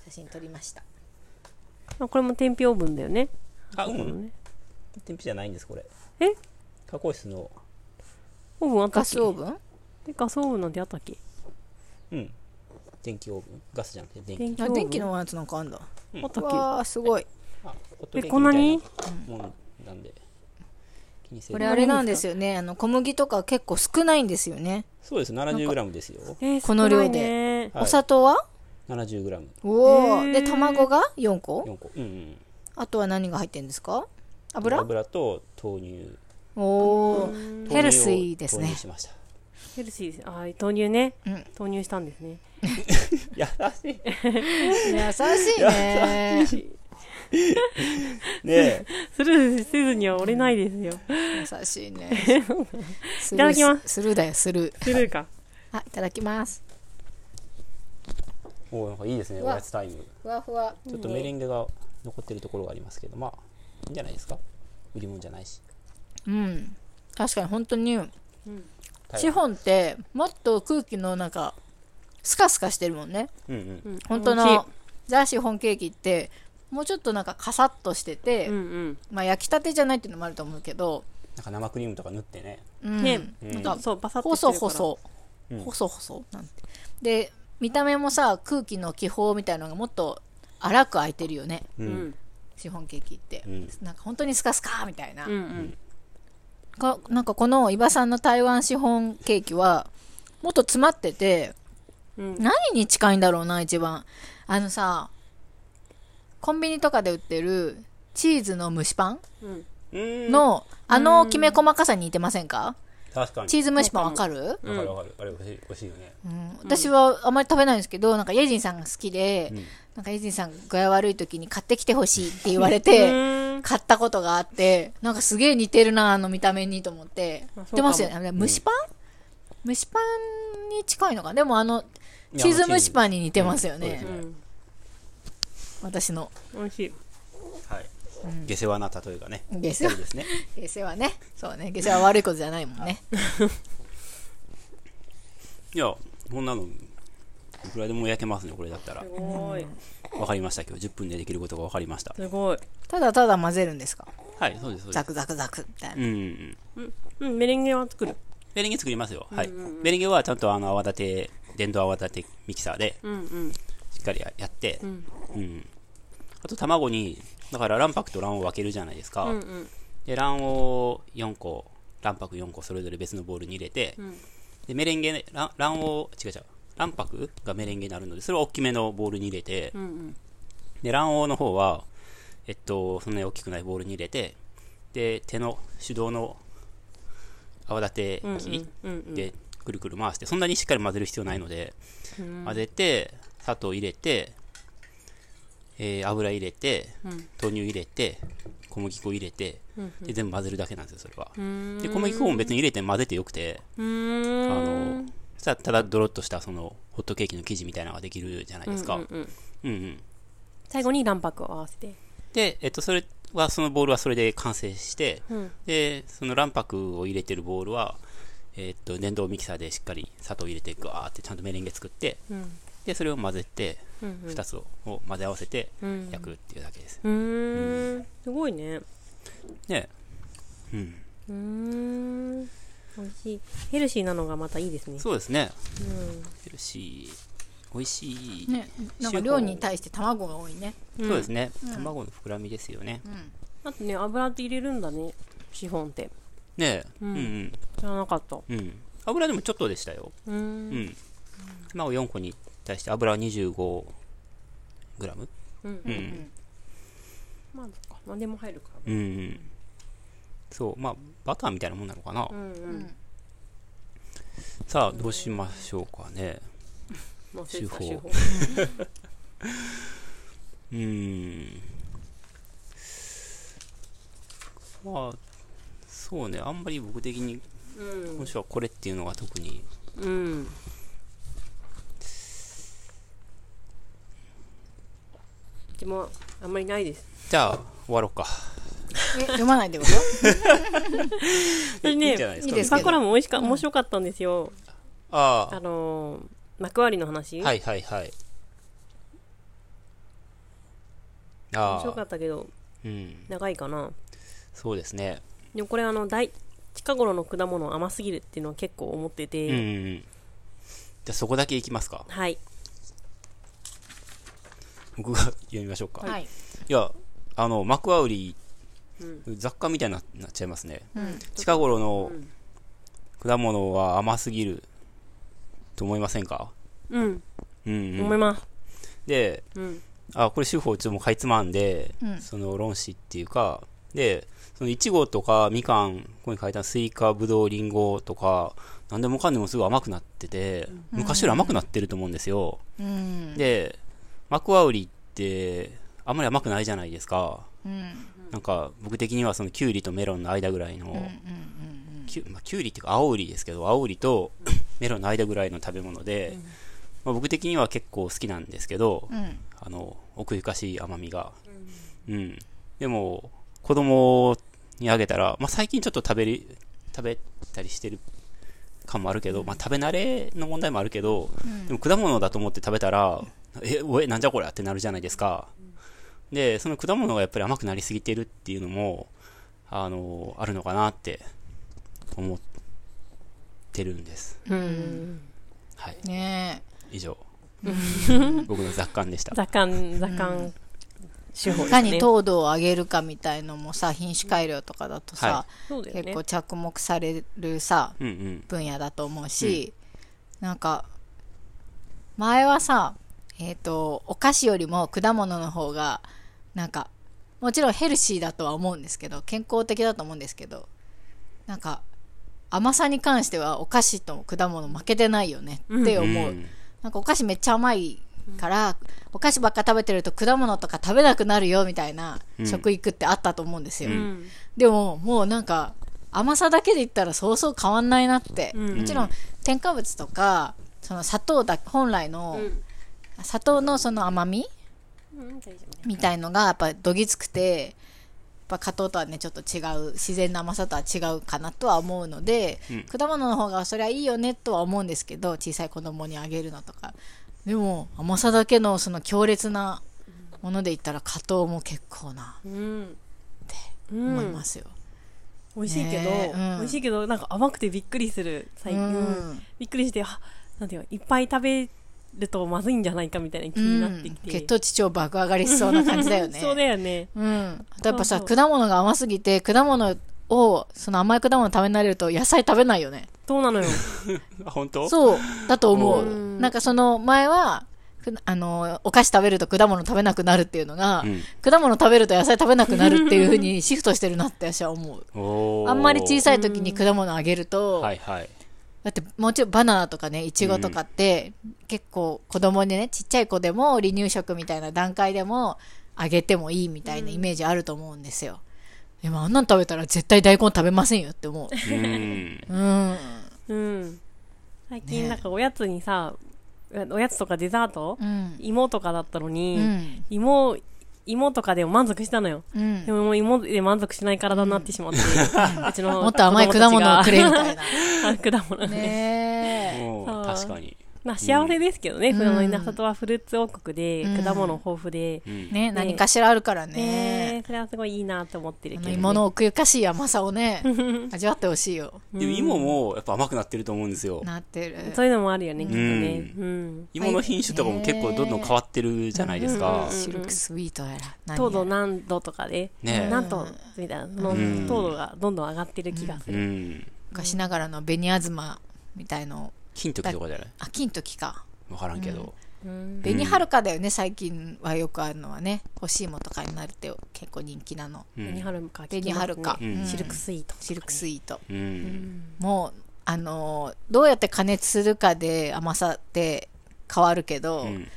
写真撮りましたあこれも天日オーブンだよね。あ、うこのん。ね天日じゃないんです、これ。え加工室の、オーブンあったガっけスオーブンえガスオーブンなんてあったっけうん。電気オーブン。ガスじゃなくて電電気。気オーあブン電気のやつなんかあんだあったっけわあすごいあ、ホットケーキえこんなにみたいなもんなんで。気にせこずれあれなんですよねあの小麦とか結構少ないんですよね、そうです、70g ですよ。えーこの少量でないねはいお砂糖は 70g。おおへーで卵が4個4個。うんうん。あとは何が入ってるんですか油と豆乳。おお豆乳をヘルシーです投入ねしました。 ヘルシーです。あー、豆乳ね。うん豆乳したんですね。優し い。優しいねねスルーせずには折れないですよ。 優しいねいいただきますスルーだよスルースルーか。あいただきますおなんかいいですね、うおわやつタイム。ふわふわちょっとメレンゲが残ってるところがありますけど、まあ、いいんじゃないですか。売り物じゃないし。うん確かに本当にはいシフォンってもっと空気のなんかスカスカしてるもんねうんうん。うん本当美味しのザ・シフォンケーキってもうちょっとなんかカサッとしてて、いうんまあ焼きたてじゃないっていうのもあると思うけど、なんか生クリームとか塗ってね。うんねうんうん。そう、バサッとしてる細から。細うん細細なんてで見た目もさ空気の気泡みたいなのがもっと荒く開いてるよねううんん。シフォンケーキって、うんなんか本当にスカスカみたいな、うんうん。かなんかこの伊庭さんの台湾シフォンケーキはもっと詰まっててうん何に近いんだろうな一番あのさコンビニとかで売ってるチーズの蒸しパンうん。うん。の、あのきめ細かさに似てませんか、確かに。チーズ蒸しパンわかる、わかるわかる。あれ、美味しい美味しいよね。うん私はあまり食べないんですけどなんかイェジンさんが好きで、うんなんかイェジンさん具合悪い時に買ってきてほしいって言われてうん買ったことがあってなんかすげえ似てるなあの見た目にと思ってあそうかも知ってますよねあれ蒸しパン、蒸しパンに近いのかでもあのチーズ蒸しパンに似てますようんねそうですね私の美味しい。はい。下世話な例えがね。下世そう話で すね。下世話ねそうね下世話は悪いこと じゃないもんねいや、こんなの、いくらでも焼けますね、これだったらす。ごい。わかりました、今日10分でできることがわかりました。すごい。ただただ混ぜるんですかはい、そうです、そうでザす。クザクザクみたいうんな。うんうん。うん、メレンゲは作る。メレンゲ作りますよ。はい。メレンゲはちゃんとあの泡立て、電動泡立てミキサーでうんうん。しっかりややってう、んうん。あと卵に、だから卵白と卵黄を分けるじゃないですか。うんうん。で、卵黄を4個、卵白4個それぞれ別のボウルに入れて、んで、メレンゲね、卵卵黄、違う違う。卵白がメレンゲになるので、それを大きめのボウルに入れて、うんうん。で、卵黄の方は、えっと、そんなに大きくないボウルに入れて、で、手の手動の泡立てうん器うんうん。でくるくる回して、そんなにしっかり混ぜる必要ないので、うん混ぜて、砂糖入れて、えー油入れて、うん豆乳入れて、小麦粉入れて、うんで、全部混ぜるだけなんですよ、それは。うん。で、小麦粉も別に入れて混ぜてよくて、うーあん。の、さただドロッとしたその、ホットケーキの生地みたいなのができるじゃないですか。うんうんうんうんうん。最後に卵白を合わせて。で、えっと、それは、そのボールはそれで完成して、うんで、その卵白を入れてるボールは、えっと、電動ミキサーでしっかり砂糖入れて、ぐわーってちゃんとメレンゲ作って、うんで、それを混ぜて、うんうん2つをを混ぜ合わせてうん焼くっていうだけです。うーん。すごいね。ねうん。うーん。美味しい。ヘルシーなのがまたいいですね。そうですね。うん。ヘルシー、美味しい。ね、なんか量に対して卵が多いね。そうですね。卵の膨らみですよね。あとね、油って入れるんだね。シフォンって。ねううんんうん。知らなかった。ううん。油でもちょっとでしたよ。ー。うんん。卵4個に対して油は25グラムうんう。うんん。まあ、そっか何でも入るかうんうん。そう。まあ、バターみたいなもんなのかなら。。うんう。うんんさあ、どうしましょうかね。まあ、そうですか手手法法。うーん。まあ、そうね。あんまり僕的にうん今週はこれっていうのが特に。うん。でも、あんまりないです。じゃあ、終わろうか。え、読まないでことでいいねんじゃないですか。いいですけさどくらも美味しか、面白かったんですよ。ああのー、幕張の話。あ、はいはいはい。ああ、面白かったけど、うん。長いかな。そうですね。でもこれあの、大、近頃の果物甘すぎるっていうのは結構思ってうんうんて、うん。じゃあ、そこだけいきますか。はい。僕が読みましょうか。はい。いや、あの、マクワウリ、うん雑貨みたいにななっちゃいますね。うん。近頃のうん果物は甘すぎると思いませんかうん、うん、思ういん。ます。で、うん。あ、これ手法ちょっともうかいつまんで、うんその論旨っていうか、で、そのいちごとかみかん、ここに書いたスイカ、ぶどう、りんごとか、なんでもかんでもすごい甘くなってて、昔より甘くなってると思うんですよ。うん。で、マクワウリって、あんまり甘くないじゃないですか。うん。なんか、僕的にはそのキュウリとメロンの間ぐらいの、うん。うん。きゅまあ、きゅうりっていうか青ウリですけど青ウリとメロンの間ぐらいの食べ物で、まあ、僕的には結構好きなんですけど、うん。あの奥ゆかしい甘みがうん、でも子供にあげたら、まあ、最近ちょっと食べる食べたりしてる感もあるけど、まあ、食べ慣れの問題もあるけど、でも果物だと思って食べたらえおえなんじゃこりゃってなるじゃないですかでその果物がやっぱり甘くなりすぎてるっていうのもあのあるのかなって思ってるんですうん。はいね以上僕の雑感でした雑感、雑感手法え。いでかすね。に糖度を上げるかみたいのもさ、品種改良とかだとさは、そうだよ結ね構。着目されるさ、うんうん分野だと思うし、なんか、前はさ、えっ、と、お菓子よりも果物の方が、なんか、もちろんヘルシーだとは思うんですけど、健康的だと思うんですけど、なんか、甘さに関してはお菓子と果物負けてないよねって思う。んなんかお菓子めっちゃ甘いから、お菓子ばっか食べてると果物とか食べなくなるよみたいなうん食育ってあったと思うんですよ。うん。でももうなんか甘さだけで言ったらそうそう変わんないなって、うんもちろん添加物とかその砂糖だ本来の、うん砂糖のその甘みうん大丈みたいのがやっぱどぎつくてやっぱ果糖とはねちょっと違う自然な甘さとは違うかなとは思うので、うん果物の方がそりゃいいよねとは思うんですけど小さい子供にあげるのとかでも甘さだけのその強烈なもので言ったら加糖も結構なうん思いますよ、美味しいけど、ねえうん美味しいけどなんか甘くてびっくりする最近、うんびっくりしてあなんていうのいっぱい食べるとまずいんじゃないかみたいな気うになってきん、て、血糖値超爆上がりしそうな感じだよ ねそうだよねうん、あとやっぱさそうそう果物が甘すぎて果物をその甘い果物食べ慣れると野菜食べないよねそうなのよ あ本当そうだと思ううんなんかその前はくあのお菓子食べると果物食べなくなるっていうのが、ん果物食べると野菜食べなくなるっていうふうにシフトしてるなって私は思うおーあんまり小さい時に果物あげると、はいはいだってもちろんバナナとかねいちごとかって、結構子供にねちっちゃい子でも離乳食みたいな段階でもあげてもいいみたいなイメージあると思うんですよ、でもあんなん食べたら絶対大根食べませんよって 思ううんうんうん最ね近なんかおやつにさ、おやつとかデザート、うん芋とかだったのに、うん芋芋とかでも満足したのようんでももう芋で満足しない体になってしまって、うちの もっと甘い果物をくれみたい なあ 果物がねねえおーそう確かに、まあ幸せですけどね、うんこの稲里はフルーツ王国で、うん果物豊富で、うんね何かしらあるからねねえそれはすごいいいなと思ってるあけのど、芋の奥ゆかしい甘さをね味わってほしいよでも芋もやっぱ甘くなってると思うんですよなってるそういうのもあるよね、きっとね。ううん。芋の品種とかも結構どんどん変わってるじゃないですか、うんシルクスイートやら何や糖度ら何度とかで、ねえ何度みたいな、そのうん糖度がどんどん上がってる気がすうる。ん昔ながらの紅あずまみたいの金時とかじゃないあ金時か分からんけど、うん紅はるかだよね、最近はよくあるのはね干し芋とかになるって結構人気なのうん紅はるか、紅はるか、うんうんシルクスイート。シルクスイートうんもうあのーどうやって加熱するかで甘さって変わるけど、うん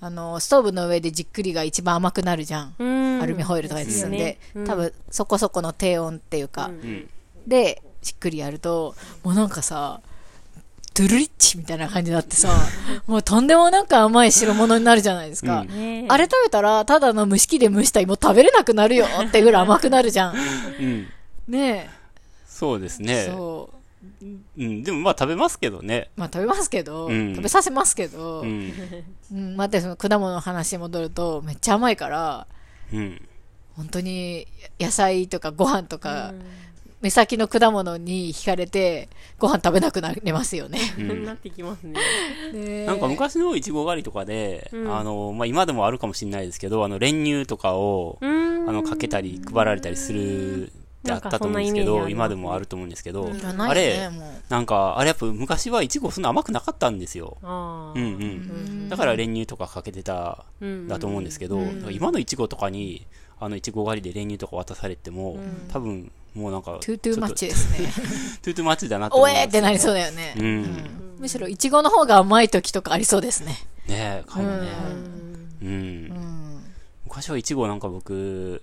あのーストーブの上でじっくりが一番甘くなるじゃん、うんアルミホイルとかで包んで、うん多分そこそこの低温っていうか、うんうんでしっくりやるともうなんかさドゥルリッチみたいな感じになって さもうとんでもなく甘い代物になるじゃないですか、うんねえあれ食べたらただの蒸し器で蒸した芋食べれなくなるよってぐらい甘くなるじゃんうんねそうですえね、そうん、でもまあ食べますけどね、うまあ食べますけど、うん食べさせますけど、ううんん待ってその果物の話に戻るとめっちゃ甘いからうん、本当に野菜とかご飯とか、うん目先の果物に惹かれてご飯食べなくなりますよね。うそうんなってきますね。ねえなんか昔のいちご狩りとかで、うんあの、まあ、今でもあるかもしれないですけど、あの、練乳とかを、うんあの、かけたり、配られたりするってあったと思うんですけなんかそんなイメージありますど、今でもあると思うんですけど、いらないよね、もう。なんか、あれやっぱ昔はいちごそんな甘くなかったんですよ。あうんうーん。うんだから練乳とかかけてた、うんだと思うんですけど、うんなんか今のいちごとかに、あの、いちご狩りで練乳とか渡されても、多分、もうなんか、トゥートゥーマッチちょっですね。と。トゥートゥーマッチだなと思おいますえーってなりそうだよね。うんんむしろ、いちごの方が甘い時とかありそうですね。ねえ、かもね。うんうん。昔はいちごなんか僕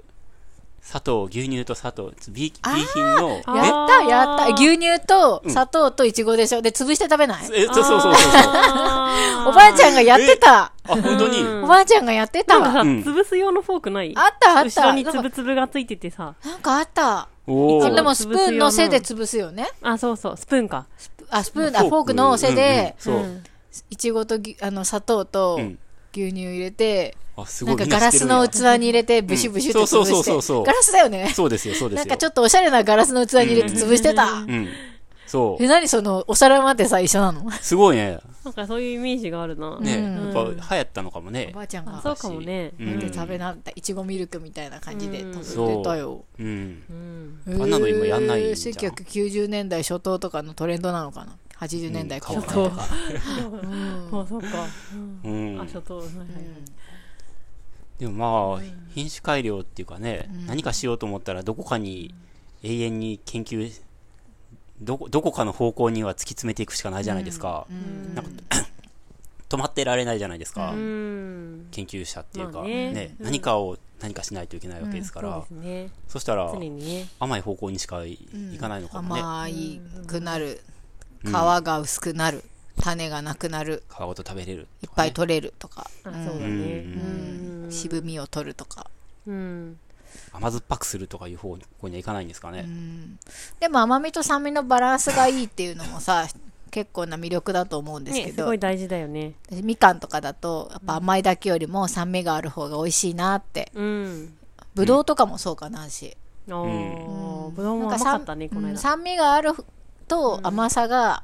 砂糖牛乳と砂糖 B, B あー品のあーやねったやった牛乳とうん砂糖といちごでしょで、潰して食べないえそうそうそうそうあおばあちゃんがやってた本当にうんおばあちゃんがやってなたんわかさ、うん潰す用のフォークないあったあっ後ろたになんつぶかつぶがついててさ。なんかあった。おあーでもスプーンの背で潰すよね。あ、そうそう、スプーンか。あ、スプーンだ、フォークの背で、うんうんそう、んいちごとぎあの砂糖とうん牛乳入れて、あすごないんかガラスの器に入れて、ブシュブシュってそう潰そうそうしそうて。ガラスだよね。そうですよそうですなよんかちょっとおしゃれなガラスの器に入れて潰してた。うんそえ、うなにその、お皿までさ、一緒なのすごいねなんかそういうイメージがあるな。ねえ、うんやっぱ流行ったのかもおねばあちゃんあがそ、うかもね。うなんでん食べなんだ、いちごミルクみたいな感じでうん食べてたよ。うんうん。あんなの今やんないじゃん1990年代初頭とかのトレンドなのかな ?80 年代後半そとうか。。あ、そうか。ううんんあ、ちょっと、はいはいでもまあ品種改良っていうかね、何かしようと思ったらどこかに永遠に研究どこどこかの方向には突き詰めていくしかないじゃないですか、うんなんか止まってられないじゃないですか、うん。研究者っていうか、まあねねうん何かを何かしないといけないわけですかそうら、ですね。そしたら常にね。甘い方向にしかい,、かないのかもね甘いくなる。皮が薄くなる。種がなくなる。皮ごと食べれるいっぱい取れるとか。あ、そうだうんね。うん渋みを取るとか。うん。甘酸っぱくするとかいう方向にはいかないんですかね、でも甘みと酸味のバランスがいいっていうのもさ結構な魅力だと思うんですけね、すど、ごい大事だよね。私みかんとかだとやっぱ甘いだけよりも酸味がある方が美味しいなってうん。ぶどうとかもそうかなし、おー、ぶどうなんも甘かったね、こ酸のうん間。酸味があると甘さが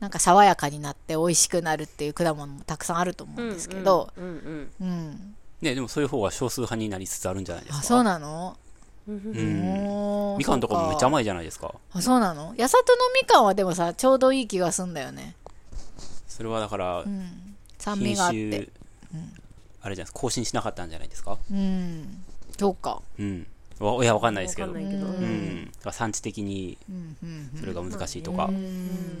なんか爽やかになって美味しくなるっていう果物もたくさんあると思うんですけど、うんうんうんね、でもそういう方が少数派になりつつあるんじゃないですあか。そうなの、うんうん。おーみかんとかもめっちゃそう甘いじゃないですか。あそうなの八里のみかんはでもさちょうどいい気がすんだよね、それはだからう、ん、酸味品があっ種、てあれじゃないですか、更新しなかったんじゃないですか。うんそうかうん。わいや、わかんないですけど。わかうんないけどうんん。だから産地的にうんうんそれが難しいとか。うん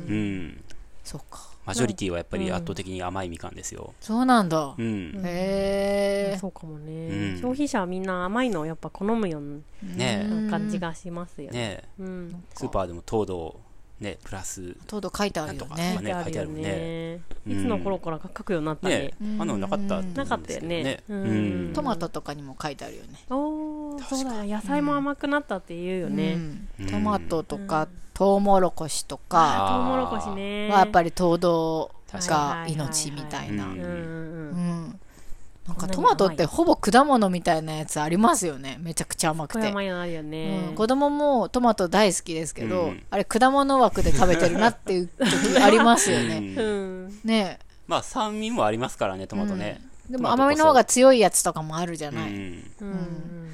うん。そうかマジョリティはやっぱり圧倒的に甘いみかんですよ。そうなんだうん。へえそうかもうねん。消費者はみんな甘いのをやっぱ好むようねな感じがしますよね。ねえうん。スーパーでも糖度、ね、プラス、糖度書いてあるよなんとねかね書いてあるもんねいつの頃から書くようになったねね。、あんなのなかったうんなかったよねですけどううんんトマトとかにも書いてあるよねおー、そうだよ。野菜も甘くなったって言うようね。んうんトマトとかトウモロコシとかあトウモロコシね。はやっぱり糖度確がかに命みたいなううんんうんううん。んなんこかんなに甘いトマトってほぼ果物みたいなやつありますよねめちゃくちゃ甘くこれて甘いのあるようねん。子供もトマト大好きですけど、うんあれ果物枠で食べてるなっていう時ありますようね。んうん。ねまあ酸味もありますからねトマトね、えでもトマトこそ甘みの方が強いやつとかもあるじゃうんない。うんうんうん。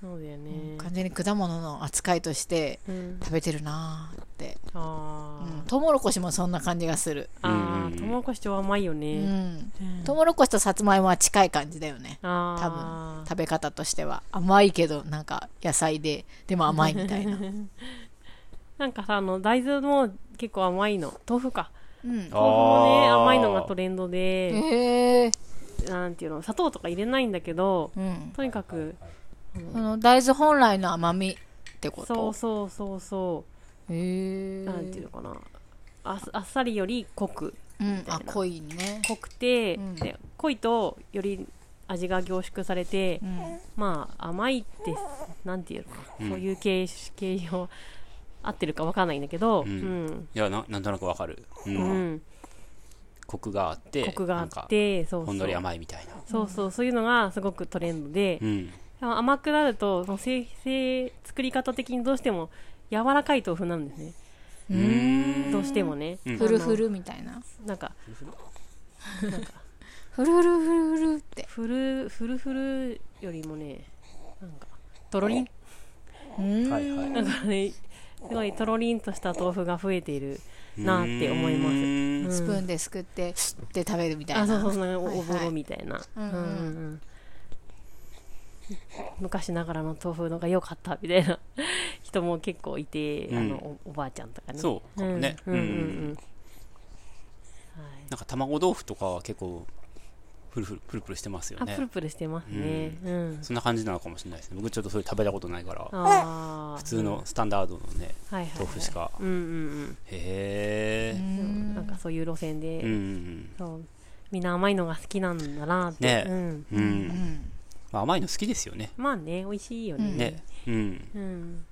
そうだよね。完全に果物の扱いとしてうん。食べてるなーって、あうんー。トウモロコシもそんな感じがする。あうんー、トウモロコシ超甘いようね。ん、トウモロコシとさつまいもは近い感じだよね。あー食べ方としては甘いけどなんか野菜ででも甘いみ たいな、なんかさ、あの、大豆も結構甘いの。豆腐か。うん、豆腐もね、あー甘いのがトレンドで、ええなんていうの、砂糖とか入れないんだけど、うん、とにかく、その大豆本来の甘みってことそうそうそうそへえう、なんていうのかな。あっあっさりより濃くうん、たあいな濃いね、濃くて、うんで濃いとより味が凝縮されて、うん、まあ甘いってなんていうのかな、うんそういう形式形容合ってるかわかんないんだけど、ううんんいやななんとなくわかる、うんうんコクがあってコクがあなんかってそうほんそのうり甘いみたいな、そうそうそういうのがすごくトレンドでう、ん、甘くなるとその製製作り方的にどうしても柔らかい豆腐なんですね、うどうしてもね、うんふるふるみたいななんかふるふるふるふるってふるふるふるよりもねなんかとろりんうんはいはいなんかねすごいとろりんとした豆腐が増えているなって思います、うんうんスプーンですくってスッて食べるみたいなあそうそうそうはいはいおぼろみたいな、うんうんうんうん昔ながらの豆腐のが良かったみたいな人も結構いて、うんあのおおばあちゃんとかねそうかもねうんうんううんんうんはいなんか卵豆腐とかは結構ふるふるプルプルしてますよあプルねプルしてますねうん、そんな感じなのかもしれないですね僕ちょっとそれ食べたことないからああ普通のスタンダードのねはいはい豆腐しかうんうんへえうん、なんかそういう路線で、うんうんそうみんな甘いのが好きなんだなって、ねうん、うん、ううんんまあ、甘いの好きですよねまあね美味しいよね、ねうんうん、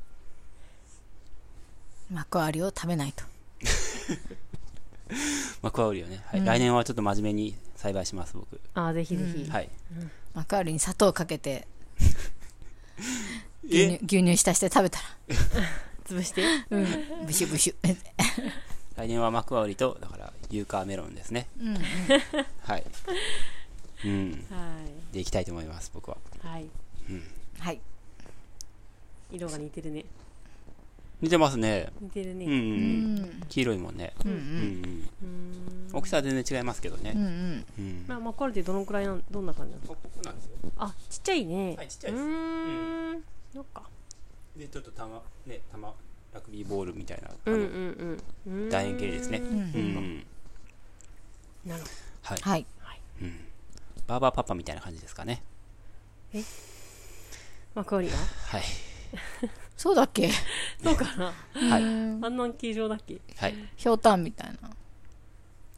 幕ありを食べないと幕は売るよね、はいうん来年はちょっと真面目に栽培します僕、ああぜひぜひ、はい幕ありに砂糖かけて牛え乳牛乳浸して食べた潰してら、うん、ブシュブシュ来年は幕は売りとだからユーカーメロンですねうんはいうんはでいきたいと思います僕はいはいはい色が似てるね似てますね似てるうん、う、ねうんん黄色いもんね、うんううんうんん、うーん大きさは全然違いますけどねうんう、んうんまあマカロティどのくらいなんどんな感じなのここなんですよあちっちゃいね、はいちっちゃいうですーんそっかでちょっと玉ね玉ラグビーボールみたいなあうんの、うんうんうーん楕円形ですねうんうんなるほはい、はいうん、バーバーパパみたいな感じですかねどマカロリははいそうだっけそうかなはいうんあんなん形状だっけはいひょうたんみたいな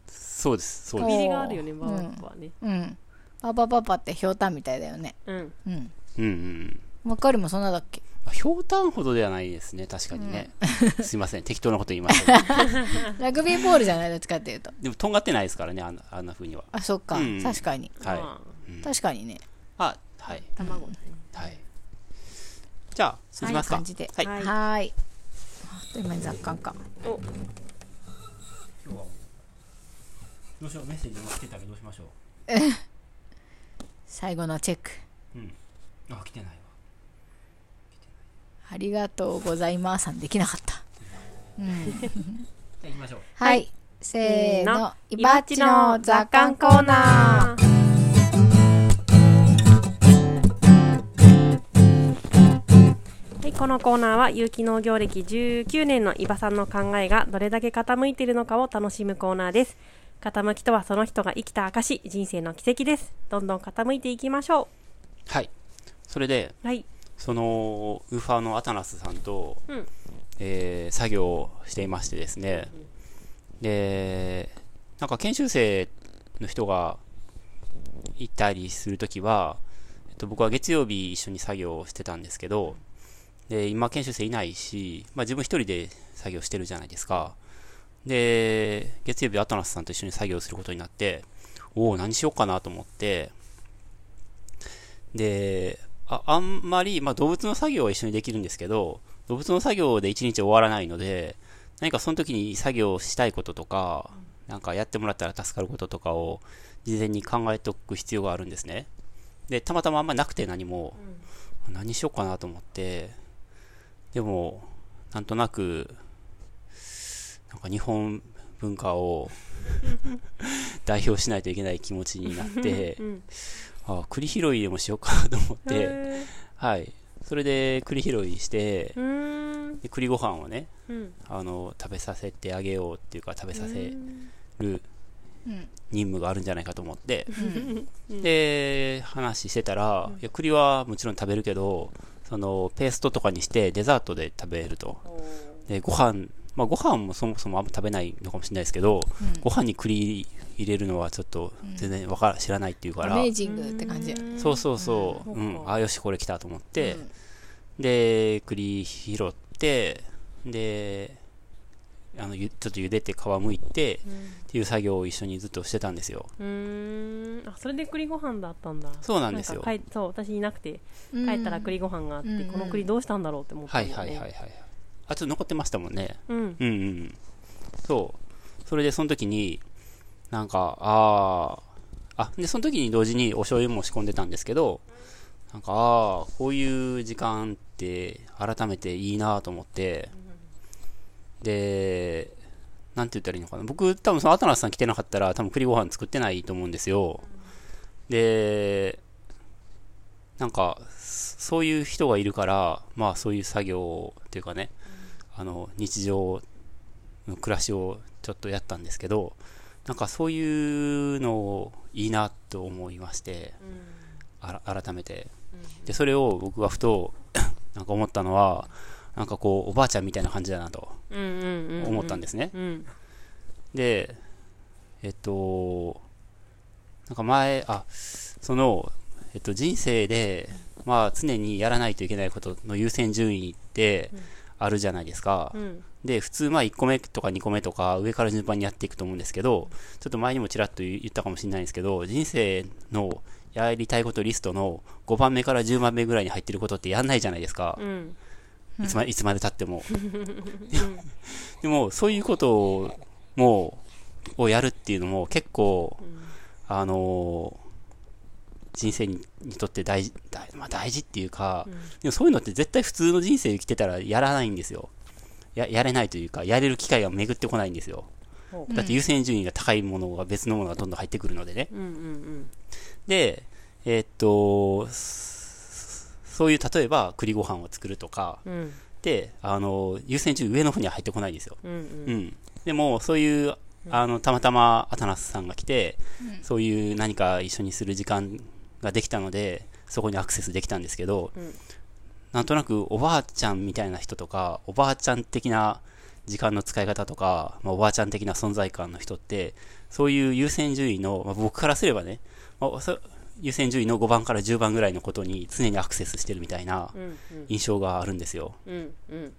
そうですそうおくびでーれがあるよねうんバーバップはねうんパパパパってひょうたんみたいだよねうんうんすうんうんマカロリもそんなだっけあひょうたんほどではないですね、確かにね。すいません、適当なこと言いま したけど。ラグビーボールじゃないどっちかっていうとでも、とんがってないですからね、あんなあんな風には。あそっか、うん確かにはい。ま確かにねあ、はい。あ卵ね。はい。じゃあ、続きますか。はい感じではい。はいはーいあっという間に雑感かお、どうしよう、メッセージも来てたけど、どうしましょ最後のチェックう。うん。あ、来てないわ。ありがとうございますさんできなかったじゃあ、行きましょう。はい、せーのイバッチの雑感コーナーー。はい、このコーナーは有機農業歴19年の伊庭さんの考えがどれだけ傾いているのかを楽しむコーナーです。傾きとはその人が生きた証、人生の奇跡です。どんどん傾いていきましょはい。それで、う。はい。その、ウーファーのアタナスさんと、うんえー作業をしていましてですね。で、なんか研修生の人がいたりするときは、えっと、僕は月曜日一緒に作業をしてたんですけど、で、今研修生いないし、まあ自分一人で作業してるじゃないですか。で、月曜日アタナスさんと一緒に作業することになって、おお、何しようかなと思って、で、ああんまり、まあ、動物の作業は一緒にできるんですけど、動物の作業で一日終わらないので、何かその時に作業したいこととか、なんかやってもらったら助かることとかを事前に考えておく必要があるんですね。で、たまたまあんまなくて何も、何しようかなと思って、でも、なんとなく、なんか日本文化を 代表しないといけない気持ちになって、うん。あ栗拾いでもしようかなと思って、へはい。それで栗拾いしてー、うーん。で栗ご飯をね、うん。あの、食べさせてあげようっていうか、食べさせるうん任務があるんじゃないかと思って、うんで、話してたら、いや栗はもちろん食べるけど、その、ペーストとかにしてデザートで食べると。で、ご飯、まあご飯もそもそもあんま食べないのかもしれないですけど、うんご飯に栗入れるのはちょっと全然わから、知らないっていうかアら、メージングって感じそうそうそう、ううんん、そうかあ、よし、これ来たと思って、うんで、栗拾って、で、あの、ゆちょっと茹でて皮むいて、っていう作業を一緒にずっとしてたんですよ。うーんあそれで栗ご飯だったんだそうなんですよか帰そう私いなくてうん帰ったら栗ご飯があって、うんこの栗どうしたんだろうって思ったはんいだよはいねはいはい。あ、ちょっと残ってましたもんね。うんうんうん。そう。それでその時に、なんか、ああ、あ、で、その時に同時にお醤油も仕込んでたんですけど、なんか、ああ、こういう時間って改めていいなと思って、で、なんて言ったらいいのかな。僕、多分そのアトナスさん来てなかったら、多分栗ご飯作ってないと思うんですよ。で、なんか、そそういう人がいるから、まあそういう作業っていうかね、あの、日常の暮らしをちょっとやったんですけど、なんかそういうのをいいなと思いまして、あら改めて。で、それを僕がふと、 なんか思ったのは、なんかこう、おばあちゃんみたいな感じだなとうんうんうんうん思ったんですね。うんで、えっと、なんか前、あ、その、えっと、人生で、まあ、常にやらないといけないことの優先順位ってあるじゃないですか。うんで、普通、まあ、1個目とか2個目とか、上から順番にやっていくと思うんですけど、ちょっと前にもちらっと言ったかもしれないんですけど、人生のやりたいことリストの5番目から10番目ぐらいに入ってることってやんないじゃないですか。うんいつまいつまでたっ ても。でも、そういうことを、もう、をやるっていうのも結構、あのー人生ににとって大事、大,、まあ、大事っていうか、でもそういうのって絶対普通の人生生きてたらやらないんですよ。や、やれないというか、やれる機会が巡ってこないんですよほ。だって優先順位が高いものが別のものがどんどん入ってくるのでね。うんうんで、えーっと、そそういう、例えば栗ご飯を作るとか、うんうんで、あの、優先順位上の方には入ってこないんですよ。うんうんうん。でも、そういう、あの、たまたまアタナスさんが来て、そういう何か一緒にする時間ができたので、そこにアクセスできたんですけど、うんなんとなくおばあちゃんみたいな人とか、おばあちゃん的な時間の使い方とか、まあ、おばあちゃん的な存在感の人って、そういう優先順位の、まあ、僕からすればね、まあ、そ優先順位の5番から10番ぐらいのことに常にアクセスしてるみたいなうんうん印象があるんですよ。うんうん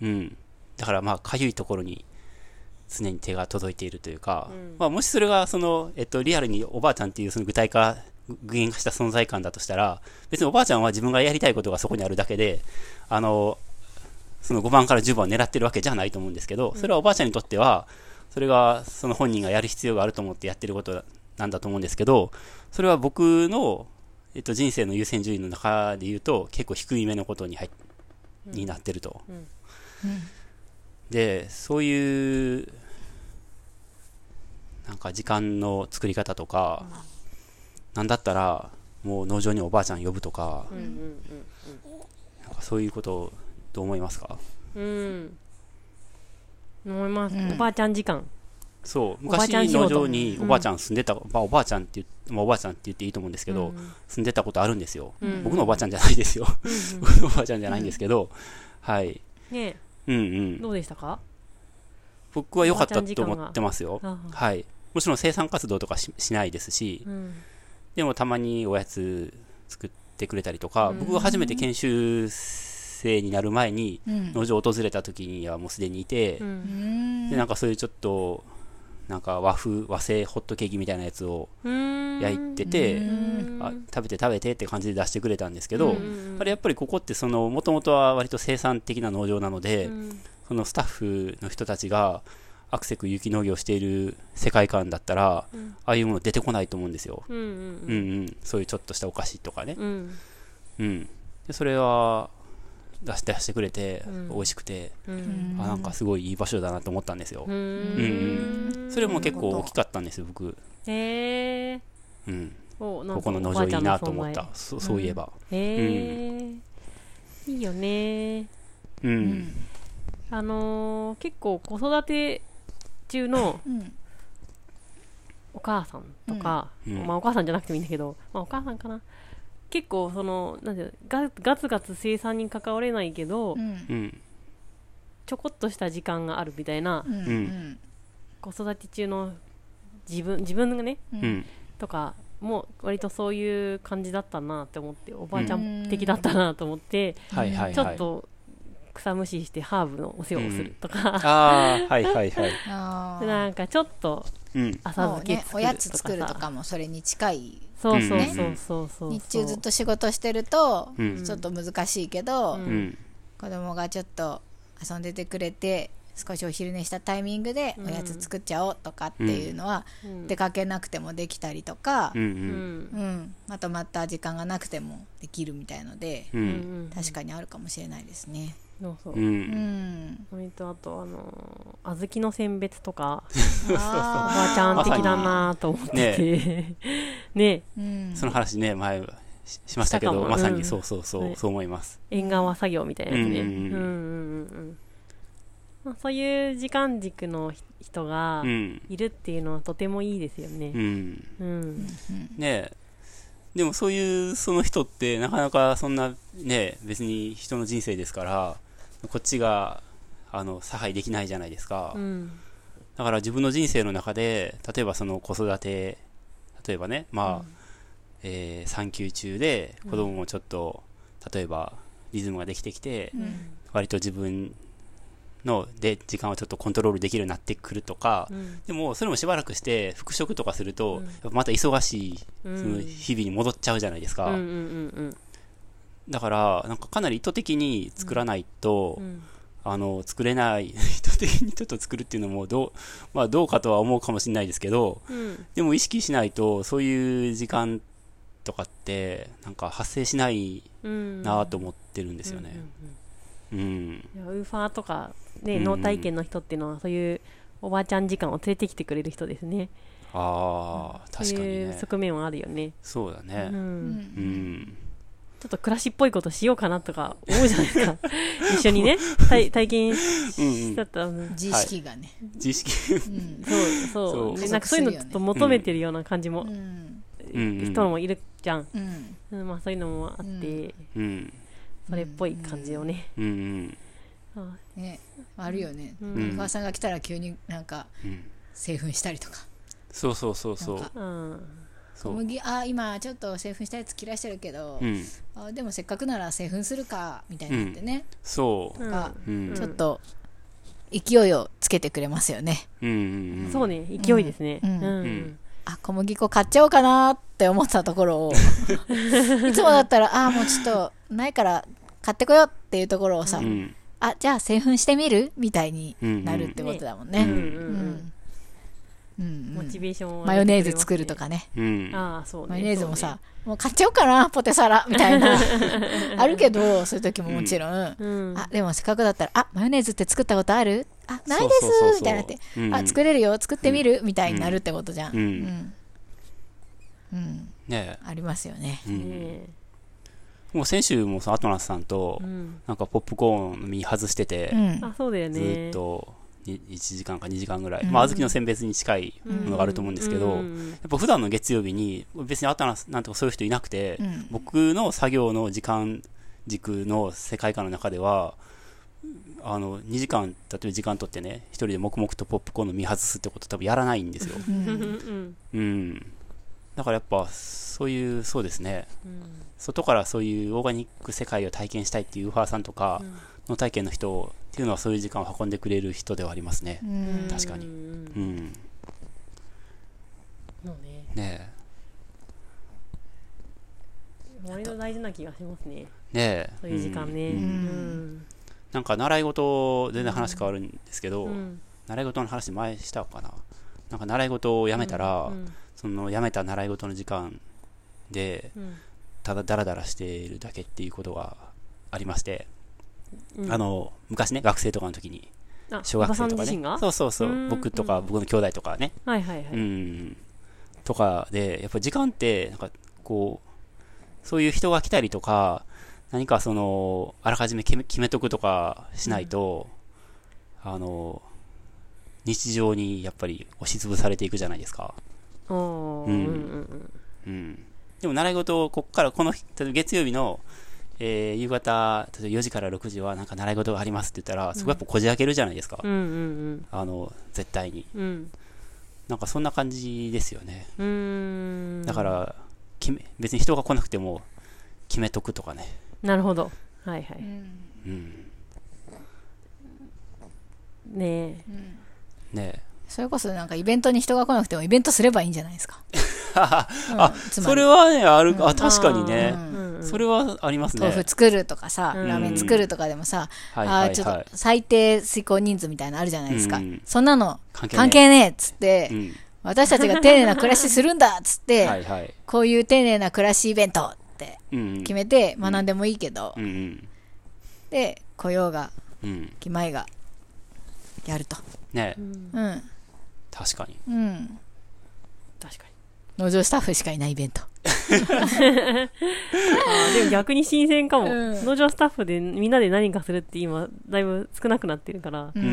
うん。だからまあ、かゆいところに常に手が届いているというか、うんまあ、もしそれが、その、えっと、リアルにおばあちゃんっていうその具体化、具現化した存在感だとしたら、別におばあちゃんは自分がやりたいことがそこにあるだけで、あの、その5番から10番を狙ってるわけじゃないと思うんですけど、それはおばあちゃんにとっては、それが、その本人がやる必要があると思ってやってることなんだと思うんですけど、それは僕の、えっと、人生の優先順位の中で言うと、結構低い目のことに入っになってると。うんで、そういう、なんか時間の作り方とか、なんだったら、もう農場におばあちゃん呼ぶとか、うんうんなんかそういうこと、どう思いますかうんうん思います、うんおばあちゃん時間そう、おばあ昔ちゃん仕事農場にうんおばあちゃん住んでた、まあおばあちゃんって言って、まあおばあちゃんって言っていいと思うんですけど、住んでたことあるんですよ。うん僕のおばあちゃんじゃないですよ。うん 僕のおばあちゃんじゃないんですけど、はい。ねうんうえん。どうでしたか僕は良かったと思ってますよ。ああはい。もちろん生産活動とかししないですし、うんでもたまにおやつ作ってくれたりとか、うん僕が初めて研修生になる前にうん農場を訪れた時にはもうすでにいてう、うんんでなんかそういうちょっとなんか和風和製ホットケーキみたいなやつをうん焼いてて、うんあ食べて食べてって感じで出してくれたんですけうど、んうんうんあれやっぱりここってそのもともとは割と生産的な農場なので、うんそのスタッフの人たちがアクセク有機農業をしている世界観だったら、うんああいうもの出てこないと思うんですよ。うんううんんうん、そういうちょっとしたお菓子とかね。うんうん、でそれは出して出してくれて、うん美味しくて、ううんんあなんかすごいいい場所だなと思ったんですよ、うんうんそれも結構大きかったんですよ僕、へえうん、おなんかここの農おば場あいちゃいんのなと思っ存たそそういえば、在へえいいよねうんうんあのー結構子育て中のうんお母さんとか、うんまあお母さんじゃなくてもいいんだけど、まあお母さんかな。結構その、なんていうのガガツガツ生産に関われないけど、うんうんちょこっとした時間があるみたいなう、んうん子育て中の自分、自分がね、ううんんとか、も割とそういう感じだったなって思って、おばあちゃん的だったなと思って、はいはいはいちょっと草むししてハーブのお世話をするとか、ああはいはい はい、あーなんかちょっとうん、浅そう漬けね作おるやとかつさ作るとかもそれに近いそうそうねそうそうそう。日中ずっと仕事してるとうんちょっと難しいけど、うんうん子供がちょっと遊んでてくれて少しお昼寝したタイミングでおやつ作っちゃおうとかっていうのはうん出かけなくてもできたりとかうんう、うんんうんまとまった時間がなくてもできるみたいので、ううんん確かにあるかもしれないですね。そうそうううんん 割とあとあのー小豆の選別とかおおばばあちゃん的だなと思ってて ねうん、その話ね前ししましたけどしたかもまさうんにそうそうそう、はいそう思います縁側作業みたいなやつねううんんうんうんううんんうんまあそういう時間軸のひ人がうんいるっていうのはとてもいいですようねんうんうんねえでもそういうその人ってなかなかそんなね別に人の人生ですからこっちがあの差配できないじゃないですか、うんだから自分の人生の中で例えばその子育て例えばねまあ、えー産休中で子供もちょっと、例えばリズムができてきて、うん割と自分ので時間をちょっとコントロールできるようになってくるとか、うんでもそれもしばらくして復職とかすると、うんやっぱまた忙しいうんその日々に戻っちゃうじゃないですうか、んうんうんだからなんかかなり意図的に作らないと、うんあの作れない意図的にちょっと作るっていうのもどう,、まあ、どうかとは思うかもしれないですけどうんでも意識しないとそういう時間とかってなんか発生しないうんなと思ってるんですようんうんねうんうん、いやウーファーとか、ね、うん脳体験の人っていうのはそういうおばあちゃん時間を連れてきてくれる人ですねああ確かそうにいうね側面はあるよね、そうだう、ねうんうん、んちょっと暮らしっぽいことしようかなとか思うじゃないですか一緒にね体体験しだったら、自意識がね、自意識 うんそうそうそうなんかそういうのちょっと求めてるような感じもう、んうん人もいるじゃん、うんうんまあ、そういうのもあって、うんうんそれっぽい感じをね、うんうんあねあるよね、うおん母さんが来たら急になんかうん製粉したりとかそうそうそうそうなんかうんそ小う。麦あ今ちょっと製粉したやつ切らしてるけど、うん。あでもせっかくなら製粉するかみたいになってね、そう。うんがうん。ちょっと勢いをつけてくれますよねうんうんうん。そうね勢いですね、うんうんうんあ小麦粉買っちゃおうかなって思ってたとこ ろをいつもだったらあもうちょっとないから買ってこようっていうところをさ、うん。あじゃあ製粉してみるみたいになるってことだもんね、うんうんううんうんんうんモチベーションをマヨネーズ作るとかねうん。ああそうねマヨネーズもさ、もう買っちゃおうかなポテサラみ たいなあるけどそういう時ももちろん、そうねうんあでもせっかくだったら「あマヨネーズって作ったことあるあないでそうそうそうそす」うみたいになって「うんあ作れるよ作ってみる」みたいになるってことじゃんうんうんうんねありますよねえ。うねん。えもう先週もさ、アトナスさんとう、んなんかポップコーンの身外しててう、んあそうだよねずーっとに1時間か2時間ぐらい、うんまあ小豆の選別に近いものがあると思うんですけど、うやんっぱ普段の月曜日に別にあったななんとかそういう人いなくて、うん僕の作業の時間軸の世界観の中ではあの2時間例えば時間取ってね一人で黙々とポップコーンの見外すってこと多分やらないんですよ、ううんうんんうんうん、だからやっぱそういうそうですねうん外からそういうオーガニック世界を体験したいっていうウーファーさんとかうんの体験の人っていうのはそういう時間を運んでくれる人ではありますねううんん確かにうんううんんそうねね割と大事な気がしますねえねえそういう時間ねうんううんんなんか習い事全然話変わるんですけど、うん習い事の話前したかななんか習い事を辞めたら、うんその辞めた習い事の時間でうんただダラダラしているだけっていうことがありまして、うんあの昔ね学生とかの時にあ小お学ばさ生んとか自ね身がそうそうそううん僕とかうん僕の兄弟とかねはいはいはういんとかでやっぱ時間ってなんかこうそういう人が来たりとか何かそのあらかじめ決め決めとくとかしないと、あの日常にやっぱり押しつぶされていくじゃないですか。おーううんんうんうん、でも習い事をこっからこの日例えば月曜日の、えー夕方例えば4時から6時はなんか習い事がありますって言ったらそこやっぱこじ開けるじゃないですか、うんうんあの絶対にうんうんなんかそんな感じですよねうーんだから決め別に人が来なくても決めとくとかねなるほどはいはういんうんねうんねえそれこそなんかイベントに人が来なくてもイベントすればいいんじゃないですかあそれはねあるあ確かにえね、うんそれはありますね豆腐作るとかさ、うんラーメン作るとかでもさ、はいあはーいちょはっいと最低遂行人数みたいなのあるじゃないですか、うんそんなの関関係係ねえっつって、うん私たちが丁寧な暮らしするんだっつって、 はいはいこういう丁寧な暮らしイベントってうん決めて学んでもいいけど、うんうんで来ようがうん来まいがやるとねええうんうん確かにうん確かに農場スタッフしかいないイベントあーでも逆に新鮮かもうん農場スタッフでみんなで何かするって今だいぶ少なくなってるからううんうん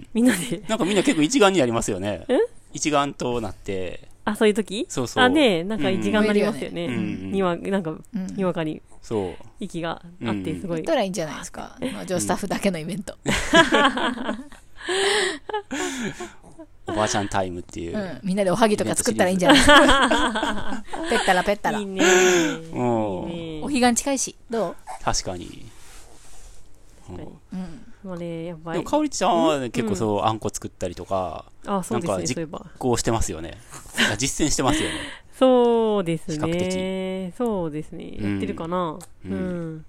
ん、みんなでなんかみんな結構一丸になりますよね。一丸となって、あそういう時そうそう。あねえなんか一丸になりますようんうねん、にわなんかうんにわかにそう。息があってすごやっいたらいいんじゃないですか農場スタッフだけのイベント、。おばあちゃんタイムっていううんみんなでおはぎとか作ったらいいんじゃないですか ペッタラペッタラ いいねうんいいおね彼岸近いしど確かに。うん確かにう、うん、まあねやっぱでも、りかおりちゃんはね結構そう、あんこ作ったりとか、あそうですなんかねじそういえばこうしてますよね。あ実践してますよね。そうです比較ねそうですねうんやってるかなううんんやっ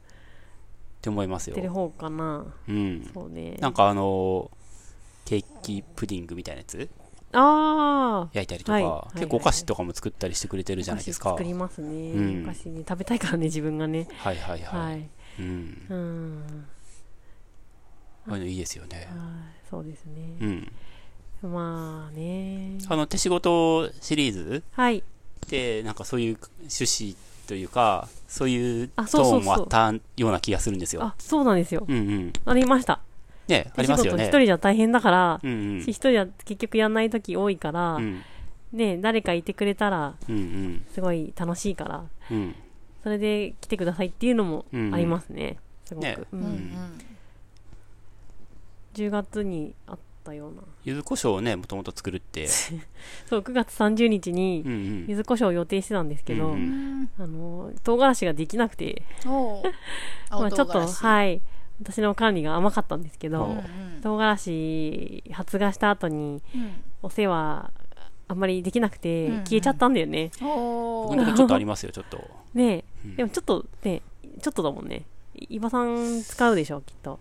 て思いますっよて。る方かなうん。そうねなんかあのー、ケーキプディングみたいなやつああ焼いたりとはいはいかは、い結構お菓子とかも作ったりしてくれてるじゃないですか。お菓子作はりいますうねんお菓子ね食べたいからね自分がねはいははいい。うん。うんこういうのいいですよね。はいそうですうねん。まあねあの、手仕事シリーズはいでなんかそういう趣旨というかそういうトあそうそうそーうンもあったような気がするんですよ。あそうなんですようんうん、ありましたねあ手り仕ます事よ一ね。人じゃ大変だからうんうん一人は結局やんない時多いからう、んね誰かいてくれたらうんすごい楽しいからうんそれで来てくださいっていうのもうんありますね、すごく、ねううんんうん10月にあっったような。柚子胡椒をね、もともと作るって。そう、9月30日にうんうん。柚子胡椒を予定してたんですけど、うんうんんあの、唐辛子ができなくて、おーまあ青ちょ唐っと、辛子はい、私の管理が甘かったんですけうど、んうん唐辛子発芽した後にお世話あんまりできなくてうんうん消えちゃったんだよね。うんお僕ーのとこちょっとありますよ、ちょっと。ねうんえ、でもちょっとね、ちょっとだもんね。い伊庭さん使うでしょ、きっと。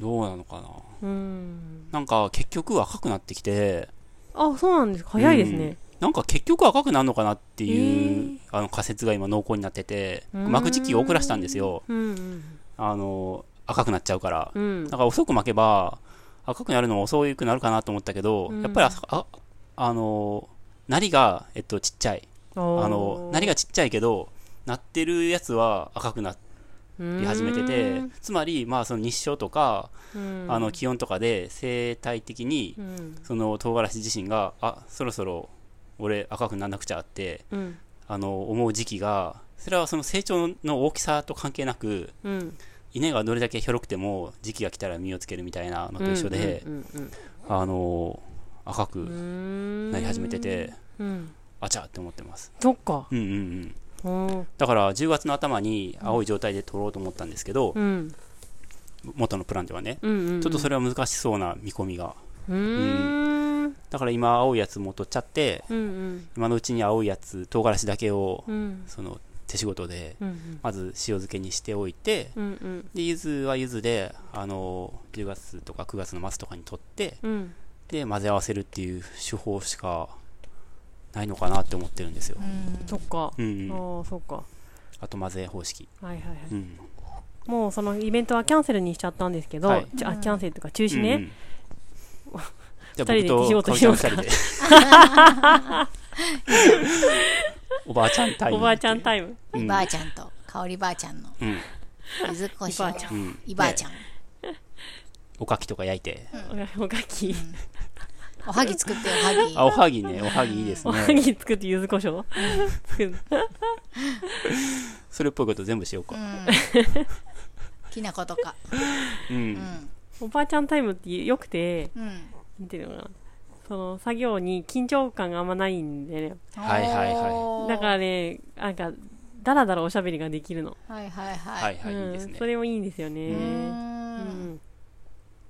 どうなのかな。うーん。なんか、結局赤くなってきて、あ、そうなんですか。早いですね。なんか結局赤くなるのかなっていう、へーあの仮説が今濃厚になってて、うーん巻く時期を遅らしたんですよ。うん。あの、赤くなっちゃうから。うん。うんだから遅く巻けば、赤くなるのも遅くなるかなと思ったけど、うんやっぱりあ、ああの、なりが、えっと、ちっちゃい。あの、なりがちっちゃいけど、なってるやつは赤くなり始めてて、つまり、まあ、その日照とか、あの、気温とかで生態的に、うんその唐辛子自身が、あ、そろそろ、俺赤くなんなくちゃって、うんあの、思う時期が、それはその成長の大きさと関係なく、うん稲がどれだけひょろくても、時期が来たら実をつけるみたいなのと一緒で、うんうんあの、赤うんうくんなり始めてて、うんあちゃって思ってます。そっかうんうんうん。うんだから10月の頭に青い状態で取ろうと思ったんですけど、うん元のプランではね、うんうんちょっとそれは難しそうな見込みが。うーんだから今青いやつも取っちゃって、うんうん今のうちに青いやつ、唐辛子だけを、うんその手仕事で、うんまず塩漬けにしておいて、うんうんで、柚子は柚子で、あの、10月とか9月の末とかに取って、うんで、混ぜ合わせるっていう手法しかないのかなって思ってるんですよう。んそっかうあん、うん。ーそっかあと混ぜ方式。はいはいはいうん。もうそのイベントはキャンセルにしちゃったんですけどはいちょあキャンセルというか中止うんうねん。じゃあ二人で手仕僕事とかおしようばかちゃん二人で。おばあちゃんタイ ム。おばあちゃんタイムうんばあちゃんと香りばあちゃんのうん。柚子胡いばあちゃ椒うん。いばあち ゃんおかきとか焼いて。おおかきおはぎ作ってよおはぎあ、おはぎね。おはぎいいですおはぎね。作って柚子胡椒作るそれっぽいこと全部しようか。うん きな粉とかう。うんんおばあちゃんタイムってよくてうんなんていうのかなその作業に緊張感があんまないんでねはいはいはいおーだからねなんかだらだらおしゃべりができるのはいはいはいはいはい、うんいいですねそ。れもいいんですよねうーうんん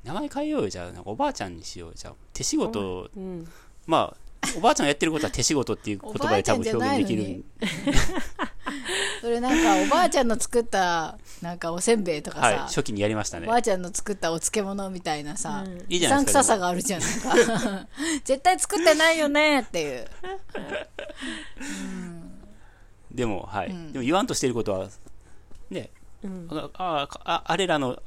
名前変えようよ。じゃあ、なんかおばあちゃんにしようよ。じゃあ、手仕事、うんまあ、おばあちゃんがやってることは手仕事っていう言 葉で多分おばあちゃんじゃな表い現のできにる。それなんかおばあちゃんの作ったなんかおせんべいとかはい。さ初期にやりましたおねば。あちゃんの作ったお漬物みたいなさうんいい悲じゃな惨いですか。臭さがあるじゃんなんか 絶対作ってないよねっていうでも、はい、うんでも言わんとしていることは、ね、うんああああれらの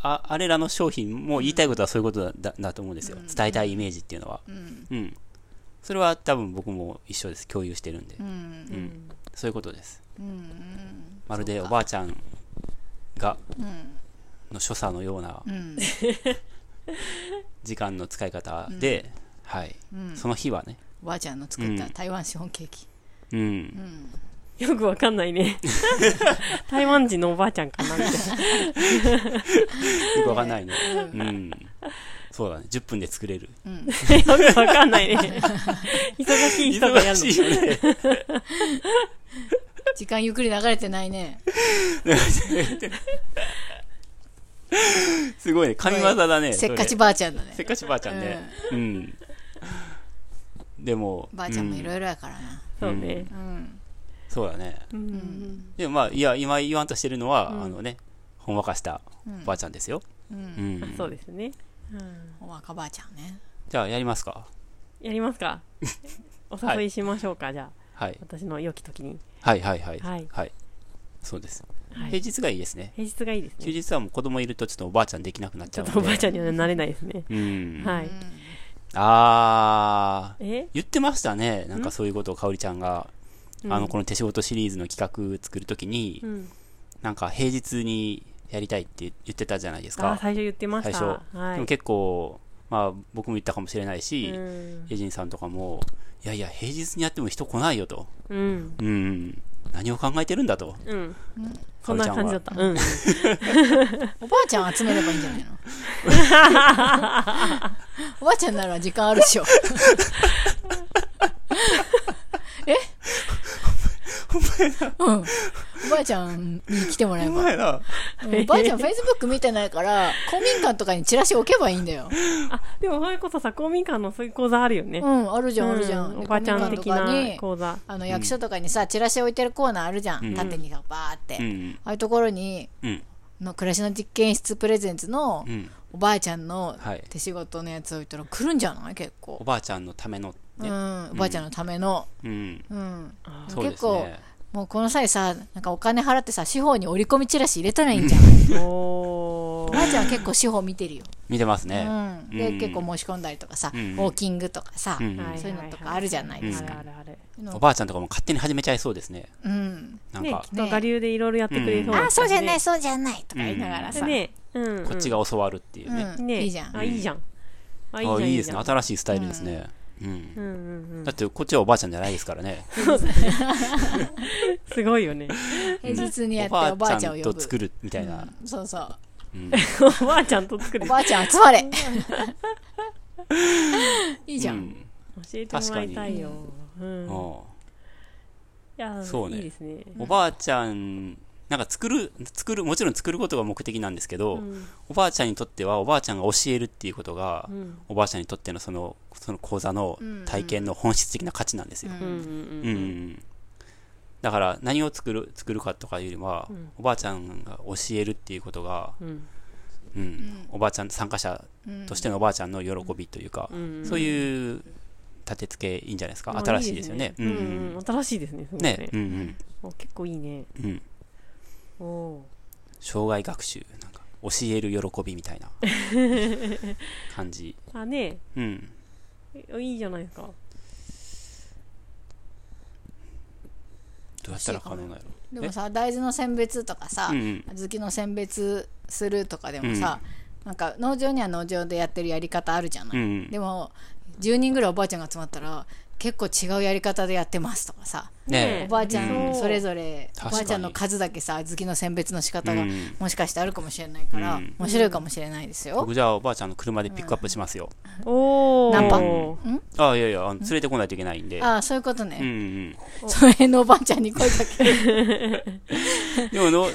ああ、あれらの商品も言いたいことはそういうことだ,、だだと思うんですよ。伝えたいイメージっていうのは。うんうん。それは多分僕も一緒です。共有してるんで。ううんん。そういうことです。うんうんまるでおばあちゃんが、うんの所作のようなうん時間の使い方で、はい。うんその日はね。おばあちゃんの作った台湾シフォンケーキうん。うんよくわかんない ね台湾人のおばあちゃんかなみたいなよくわかんないね。うん。そうだね。10分で作れる。うんよくわかんないね忙しい人がや忙るしいよね。時間ゆっくり流れてないね。すごいね。神業だね。せっかちそればあちゃんだねせっ。かちばあちゃんね。うん。でも、ばあちゃんもいうんろいろやからな。そうねうん。そうだね。うんでもまあ、いや、今言わんとしてるのは、うんあのね、ほんわかしたうんおばあちゃんですよ。う。うんん。そうですねうんお若ばあちゃんね。じゃあ、やりますか。やります かお誘いしましょうかじゃあはい。私の良き時にはいはいはい。はいそうです。はい平日がいいですね。平日がいいです休ね日はもう子供いるとちょっとおばあちゃんできなくなっちちょゃうっので。とおばあちゃんにはなれないですねうん。はういんあー。え言ってましたね。なんかそういうことを、かおりちゃんが、うんあの、この手仕事シリーズの企画作るときに、うんなんか平日にやりたいって言ってたじゃないですあか。最初言ってまし最た初。はでもい結構、まあ僕も言ったかもしれないし、うんエジンさんとかも、いやいや、平日にやっても人来ないよと。うんうん。何を考えてるんだと。うんうんそんな感じだった うんおばあちゃん集めればいいんじゃないのおばあちゃんなら時間あるで しょ。えお前うん。おばあちゃんに来てもら えおば。前な。うんおばあちゃん Facebook 見てないから、公民館とかにチラシ置けばいいんだよ。あでもそれこそさ公民館のそういう講座あるよねうん、あるじゃん、あるじゃ。うんおばあちゃん的公民な館とかに講座あの、役所とかにさ、チラシ置いてるコーナーあるじゃん。うん縦にさ、バーって。うあん。あいうところに、うん。の暮らしの実験室プレゼンツのうん。おばあちゃんのはい手仕事のやつ置いたら来るんじゃない結お構、ばあちゃんのためのうね。ん、おばあちゃんのための、うん。うん、そうです結構ね。もうこの際さなんかお金払ってさ司法に折り込みチラシ入れたらいいんじゃんおおーばあちゃんは結構司法見てるよ、見てますうね。ん、で、うん結構申し込んだりとかさ、うんウォーキングとかさ、うはん。いそういうのとかあるじゃないですか、あるあるあるおばあちゃんとかも勝手に始めちゃいそうですね。うんなんねかきっ、と我流でいろいろやってくれそううんだったねあそうじゃないそうじゃないとか言いながらさ、ねうんこっちが教わるっていうね。うんねいいじゃんあいいじゃんああいいじゃんいいですね。じゃん新しいスタイルですね。うんうんうんうんだってこっちはおばあちゃんじゃないですからね。すごいよ ね平日にやっておおばばああちちゃゃんんをと呼ぶ作るみたいな。うんそうそううんおばあちゃんと作おる教ばあちゃん集ま れ いいじゃん、えてもらいたいようんうんおいうやそうねいいですねおばあちゃん、なんか作る、作る、もちろん作ることが目的なんですけど、んおばあちゃんにとってはおばあちゃんが教えるっていうことが、うんおばあちゃんにとってのその、その講座のうん体験の本質的な価値なんですよ。うんうんうん。うんだから何を作る、作るかとかいうよりは、うんおばあちゃんが教えるっていうことが、うんうん、おばあちゃん、参加者うんとしてのおばあちゃんの喜びというか、うんそういう立て付けいいんじゃないですか。あ新しいですよね。いいですねうんうん新しいですねすごいねね、うんうん。お結構いいねうんおお障害学習なんか教える喜びみたいな感じーあねうんえいいじゃないですかどうやったら可能なんやでもさ大豆の選別とかさ、ろうん小豆の選別するとかでもさ、なんか農場には農場でやってるやり方あるじゃなうい、んうんでも10人ぐらいおばあちゃんが集まったら結構違うやり方でやってますとかさねえおばあちゃうんんそれぞれお確かにばあちゃんの数だけさ小豆の選別の仕方うがんもしかしてあるかもしれないから、うん面白いかもしれないですよ、僕じゃあおばあちゃんの車でピックアップしますよ、おおナンパあいやいやあの連れてこないといけないんでああそういうことうんね、うんその辺のおばあちゃんに声か けるうん、でもの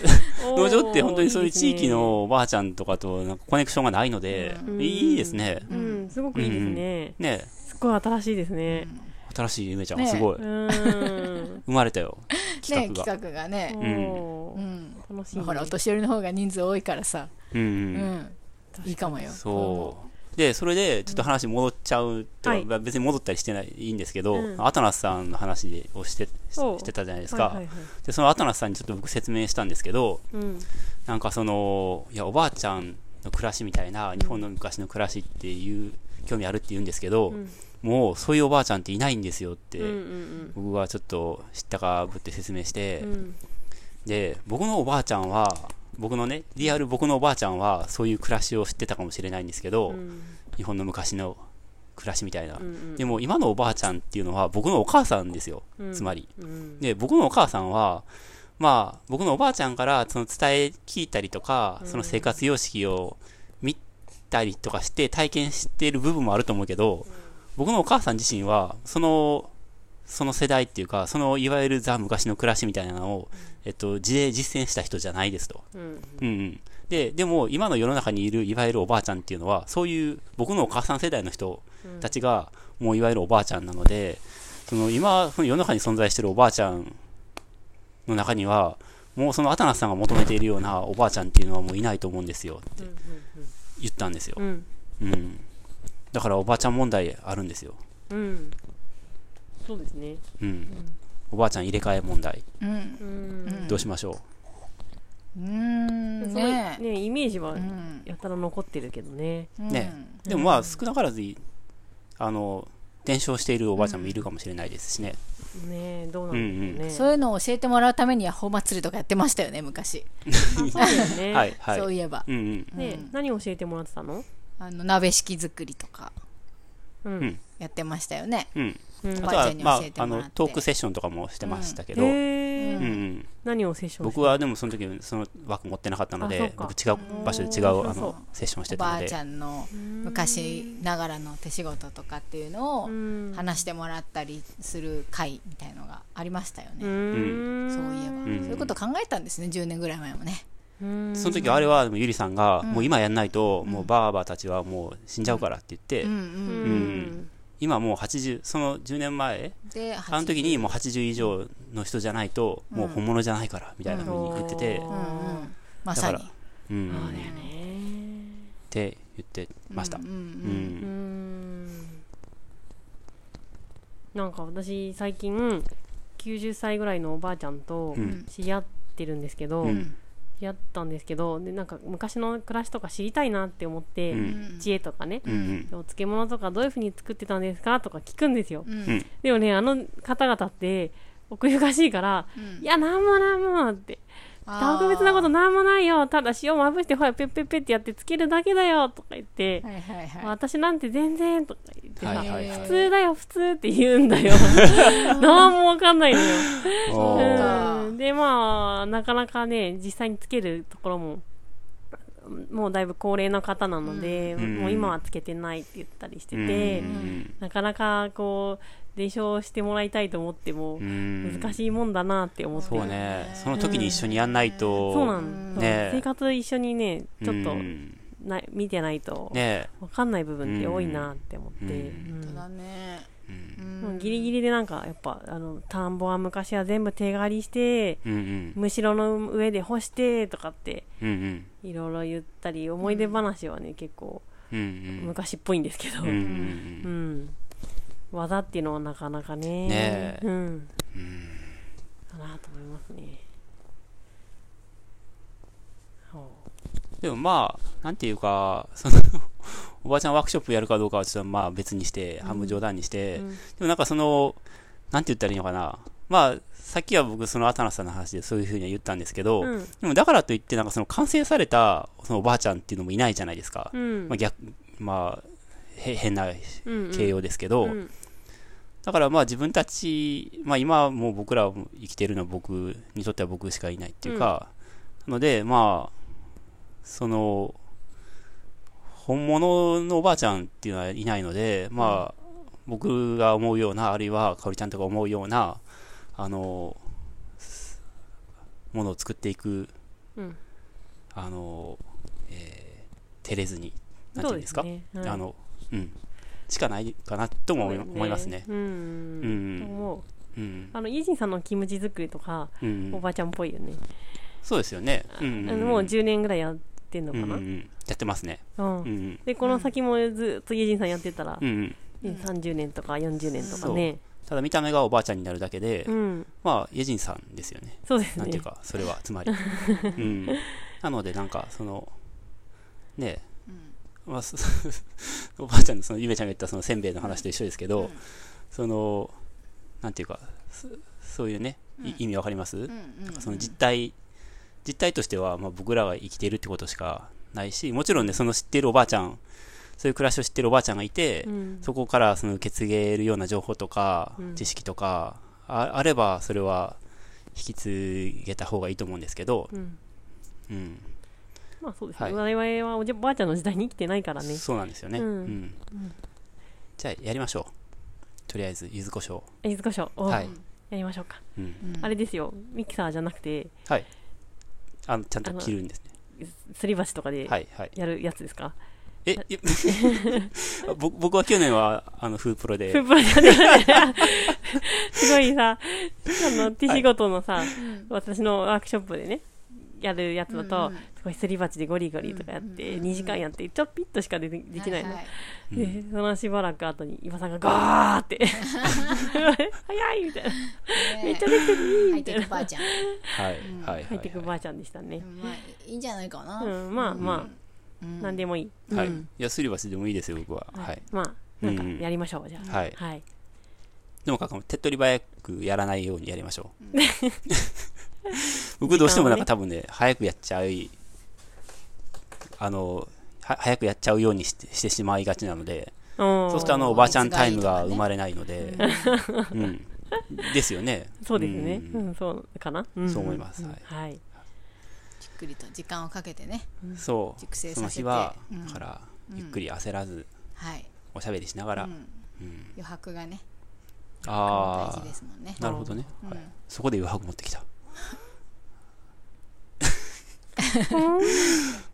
農場って本当にそういう地域のおばあちゃんとかとなんかコネクションがないので、うんいいですねうんすごくいいですねねすっごい新しいですね新しい夢ちゃん、ねえす ごいうーん生まれたよ企ね画が、企画がね、おうーん楽しいねほらお年寄りの方が人数多いからさ、うんううんん、いいかもよそう。で、それで、ちょっと話戻っちゃうとはか、いまあ別に戻ったりしてない、いいんですけど、うんアトナスさんの話をして、しおうしてたじゃないですか、はいはいはいで、そのアトナスさんにちょっと僕説明したんですけど、うんなんかその、いや、おばあちゃんの暮らしみたいな、日本の昔の暮らしっていう、興味あるって言うんですけど、うんもうそういうおばあちゃんっていないんですよって、うんうん僕はちょっと知ったかぶって説明して、うんうんで、僕のおばあちゃんは、僕のね、リアル僕のおばあちゃんは、そういう暮らしを知ってたかもしれないんですけど、うん日本の昔の暮らしみたいな、うんでも今のおばあちゃんっていうのは僕のお母さんですよ、うんつまりうんで僕のお母さんはまあ僕のおばあちゃんからその伝え聞いたりとか、うんその生活様式を見たりとかして体験してる部分もあると思うけど、僕のお母さん自身はそのその世代っていうかそのいわゆるザ昔の暮らしみたいなのを、えっと、自で実践した人じゃないですとうんうんうん、ででも今の世の中にいるいわゆるおばあちゃんっていうのはそういう僕のお母さん世代の人たちがもういわゆるおばあちゃんなのでその今その世の中に存在してるおばあちゃんの中にはもうそのアタナスさんが求めているようなおばあちゃんっていうのはもういないと思うんですよって言ったんですよ、うんうん、だからおばあちゃん問題あるんですよ、うんそうですねうん、おばあちゃん入れ替え問題うんうんどうしましょう、うーんすごいねねイメージはうんやたら残ってるけどねねでもまあ少なからずいあの伝承しているおばあちゃんもいるかもしれないですしね、ねどうなんでしょううんねうんそういうのを教えてもらうためにヤッホー祭りとかやってましたよね昔、あそうだよね はいはい。そういえばうんうん。ねうん何を教えてもらってたのあの鍋式作りとかうんやってましたよねうん。うんあおばとあちはゃん、にま教あえ、てあもらっての、トークセッションとかもしてましたけど、へへえ、うんうん、何をセッションし僕たはでもその時その枠持ってなかったのあそうでか僕違う場所で違おうーあそうそうのセッションをしおてたばのあでちゃんの昔ながらの手仕事とかっていうのをうん話してもらったりする会みたいのがありましたようね、んそういえば、んそういうこと考えたんですね10年ぐらい前もねうんその時あれはでもゆりさんが、うんもう今やんないともうバーバーたちはもう死んじゃうからって言って、うんううんんん今もう80その10年前であの時にもう80以上の人じゃないともう本物じゃないからみたいな風に言ってて、ううんうんまさにだからうんそうだよっねて言ってました、ううんんううんうんんなんか私最近90歳ぐらいのおばあちゃんとうん知り合ってるんですけど、うん知り合ったんですけどでなんか昔の暮らしとか知りたいなって思って、ううんん知恵とかね、うんお漬物とかどういうふうに作ってたんですかとか聞くんですよ、うんうんでもねあの方々って奥ゆかしいから「いやなんもなんも」って「あー特別なことなんもないよただ塩まぶしてほらペッペッペッってやってつけるだけだよ」とか言って、はいはいはい私なんて全然とか言ってさ、はいはいはい普通だよ普通って言うんだ よ なんもわかんないのよおそうーかうんでまあなかなかね実際につけるところももうだいぶ高齢の方なので、うんもう今はつけてないって言ったりしてうんて、うんなかなかこう伝承してもらいたいと思ってもうん難しいもんだなって思って、そうねその時に一緒にやんないと、そうなんねえ生活一緒にねちょっとうんな、見てないとねわかんない部分って多いなって思って、うんうんだねえうんうんギリギリでなんかやっぱあの田んぼは昔は全部手刈りしてうんうんむしろの上で干してとかってうんうんいろいろ言ったり思い出話はね、結構うんうん昔っぽいんですけど、うんううんん技っていうのはなかなかねねえうん、うんかなと思いますね。ほでもまあ、なんていうか、そのおばあちゃんワークショップやるかどうかはちょっとまあ別にして、半分冗談にして、うんでもなんかその、なんて言ったらいいのかな。まあ、さっきは僕そのアタナさんの話でそういうふうには言ったんですけど、ううんでもだからといってなんかその完成されたそのおばあちゃんっていうのもいないじゃないですか。うんまあ逆、まあ、へ変なうん形容ですけど、うんだからまあ自分たち、まあ今はもう僕らも生きてるのは僕にとっては僕しかいないっていうか、なのでまあ、その、本物のおばあちゃんっていうのはいないので、まあ、僕が思うような、あるいはかおりちゃんとか思うような、あの、すものを作っていく、うんあの、えー、照れずに、なんていうんですか、そうねはいあの、うん、しかないかなとも思い思いますね。うんうとん。思ううん。あのイージンさんのキムチ作りとか、うんおばあちゃんっぽいよね、そうですよね。うんあのもう10年ぐらいやってんのかな、うんうんうんやってますね。うんうんうんでこの先もずっと家人さんやってたら、うんうん30年とか40年とかねただ見た目がおばあちゃんになるだけで、うんまあ、家人さんですよね。そうですなんてねいうか、それは、つまり。うん、なので、なんか、その、ねえ、まあ、そ おばあちゃんの、その、ゆめちゃんが言った、その、せんべいの話と一緒ですけど、その、なんていうか、そそういうね、い意味わかります、その実態、実態としては、まあ、僕らが生きているってことしかないし、もちろんね、その知っているおばあちゃん、そういう暮らしを知っているおばあちゃんがいて、うんそこからその受け継げるような情報とかうん、知識とか、ああれば、それは引き継げた方がいいと思うんですけど、うんうん、まあそうですね、は我々はおじおばあちゃんの時代に生きてないからねそうなんですよね。ううんんじゃあ、やりましょう。とりあえず、柚子胡椒。え柚子胡椒をはやい。りましょうか、うん。あれですよミキサーじゃなくてはい。あの、ちゃんあとの切るんですね。すり鉢とかではい、はい。やるやつですか、え、 い僕僕は去年は、あの、フープロフでー、プロじゃね すごいさあの手仕事のさ、私のワークショップでねやるやつだと、すごいすり鉢でゴリゴリとかやって、うんうん2時間やってちょっぴっとしかでできないの、うんでそのしばらく後に岩さんがガーって 早いみたいなめっちゃ出てるいいハイみたテいなクばあちゃんはい、はい。入ってくばあちゃんでしたね、まあいいんじゃないかなうん、まあまうあん何でもいい、ははい。ういんや、すり鉢でもいいですよ、僕は。はい。まあなんかうんやりましょうじゃあはい。はいでもかかも、手っ取り早くやらないようにやりましょう。僕どうしてもなんか多分ね、早くやっちゃう、あの、は早くやっちゃうようにしてしてしまいがちなので、おーそうするとあの、おばあちゃんタイムが生まれないので、うん。ですよね。そうですね。ううんん、そうかな。うんそう思います。はい。はい。じっくりと時間をかけてねそう。熟成させてその日は、うんだから、ゆっくり焦らず、はい、おしゃべりしながら。ううんん、余白がね大あ事ですもんねあ、なるほどね。うんはいそこで余白持ってきた。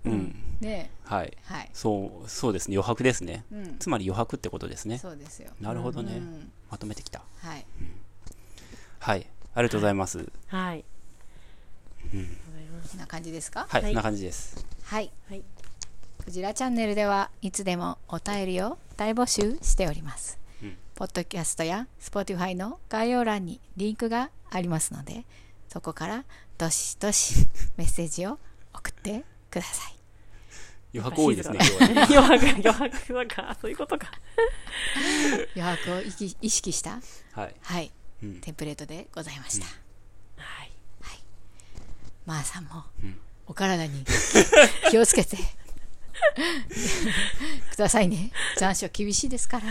うん。ではい。はいそう、そうですね。余白ですね。うんつまり余白ってことですね。そうですよなるほどうね。んまとめてきた。はいはい。ありがとうございます。はい。こんな感じですかははい、そいんな感じです。はい、はいクジラチャンネルではいつでもお便りを大募集しております、うんポッドキャストや Spotify の概要欄にリンクがありますのでそこからどしどしメッセージを送ってください余白多いですね、静今日余はね白、余白なんか、そういうことか。余白を意識意識した、はい。はいうんテンプレートでございました、はい。まーさんも、うんお体に気をつけてくださいね残暑厳しいですから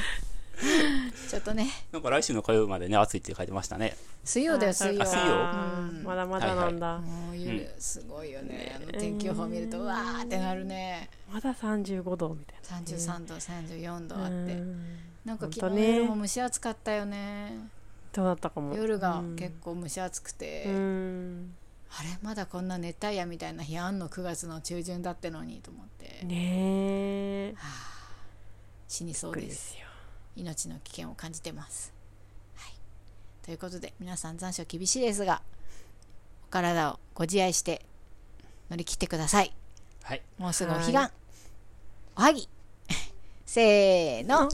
ちょっとねなんか来週の火曜までね、暑いって書いてましたね。水曜だよ水曜あ水曜あーまだまだなんだ。もう夜、すごいよねあの天気予報見ると、うんわーってなるねまだ三十五度みたいな。 33度34度度あって、なんかほんと昨日のね夜も蒸し暑かったよねどうだったかも。夜がうん結構蒸し暑くて、うん。あれまだこんな熱帯夜みたいな日あんの9月の中旬だってのにと思って、ねえ。死にそびっくうりでですすよ。命の危険を感じてます、はい、ということで皆さん残暑厳しいですがお体をご自愛して乗り切ってくださいはい。もうすぐお彼岸、はおはぎ せーの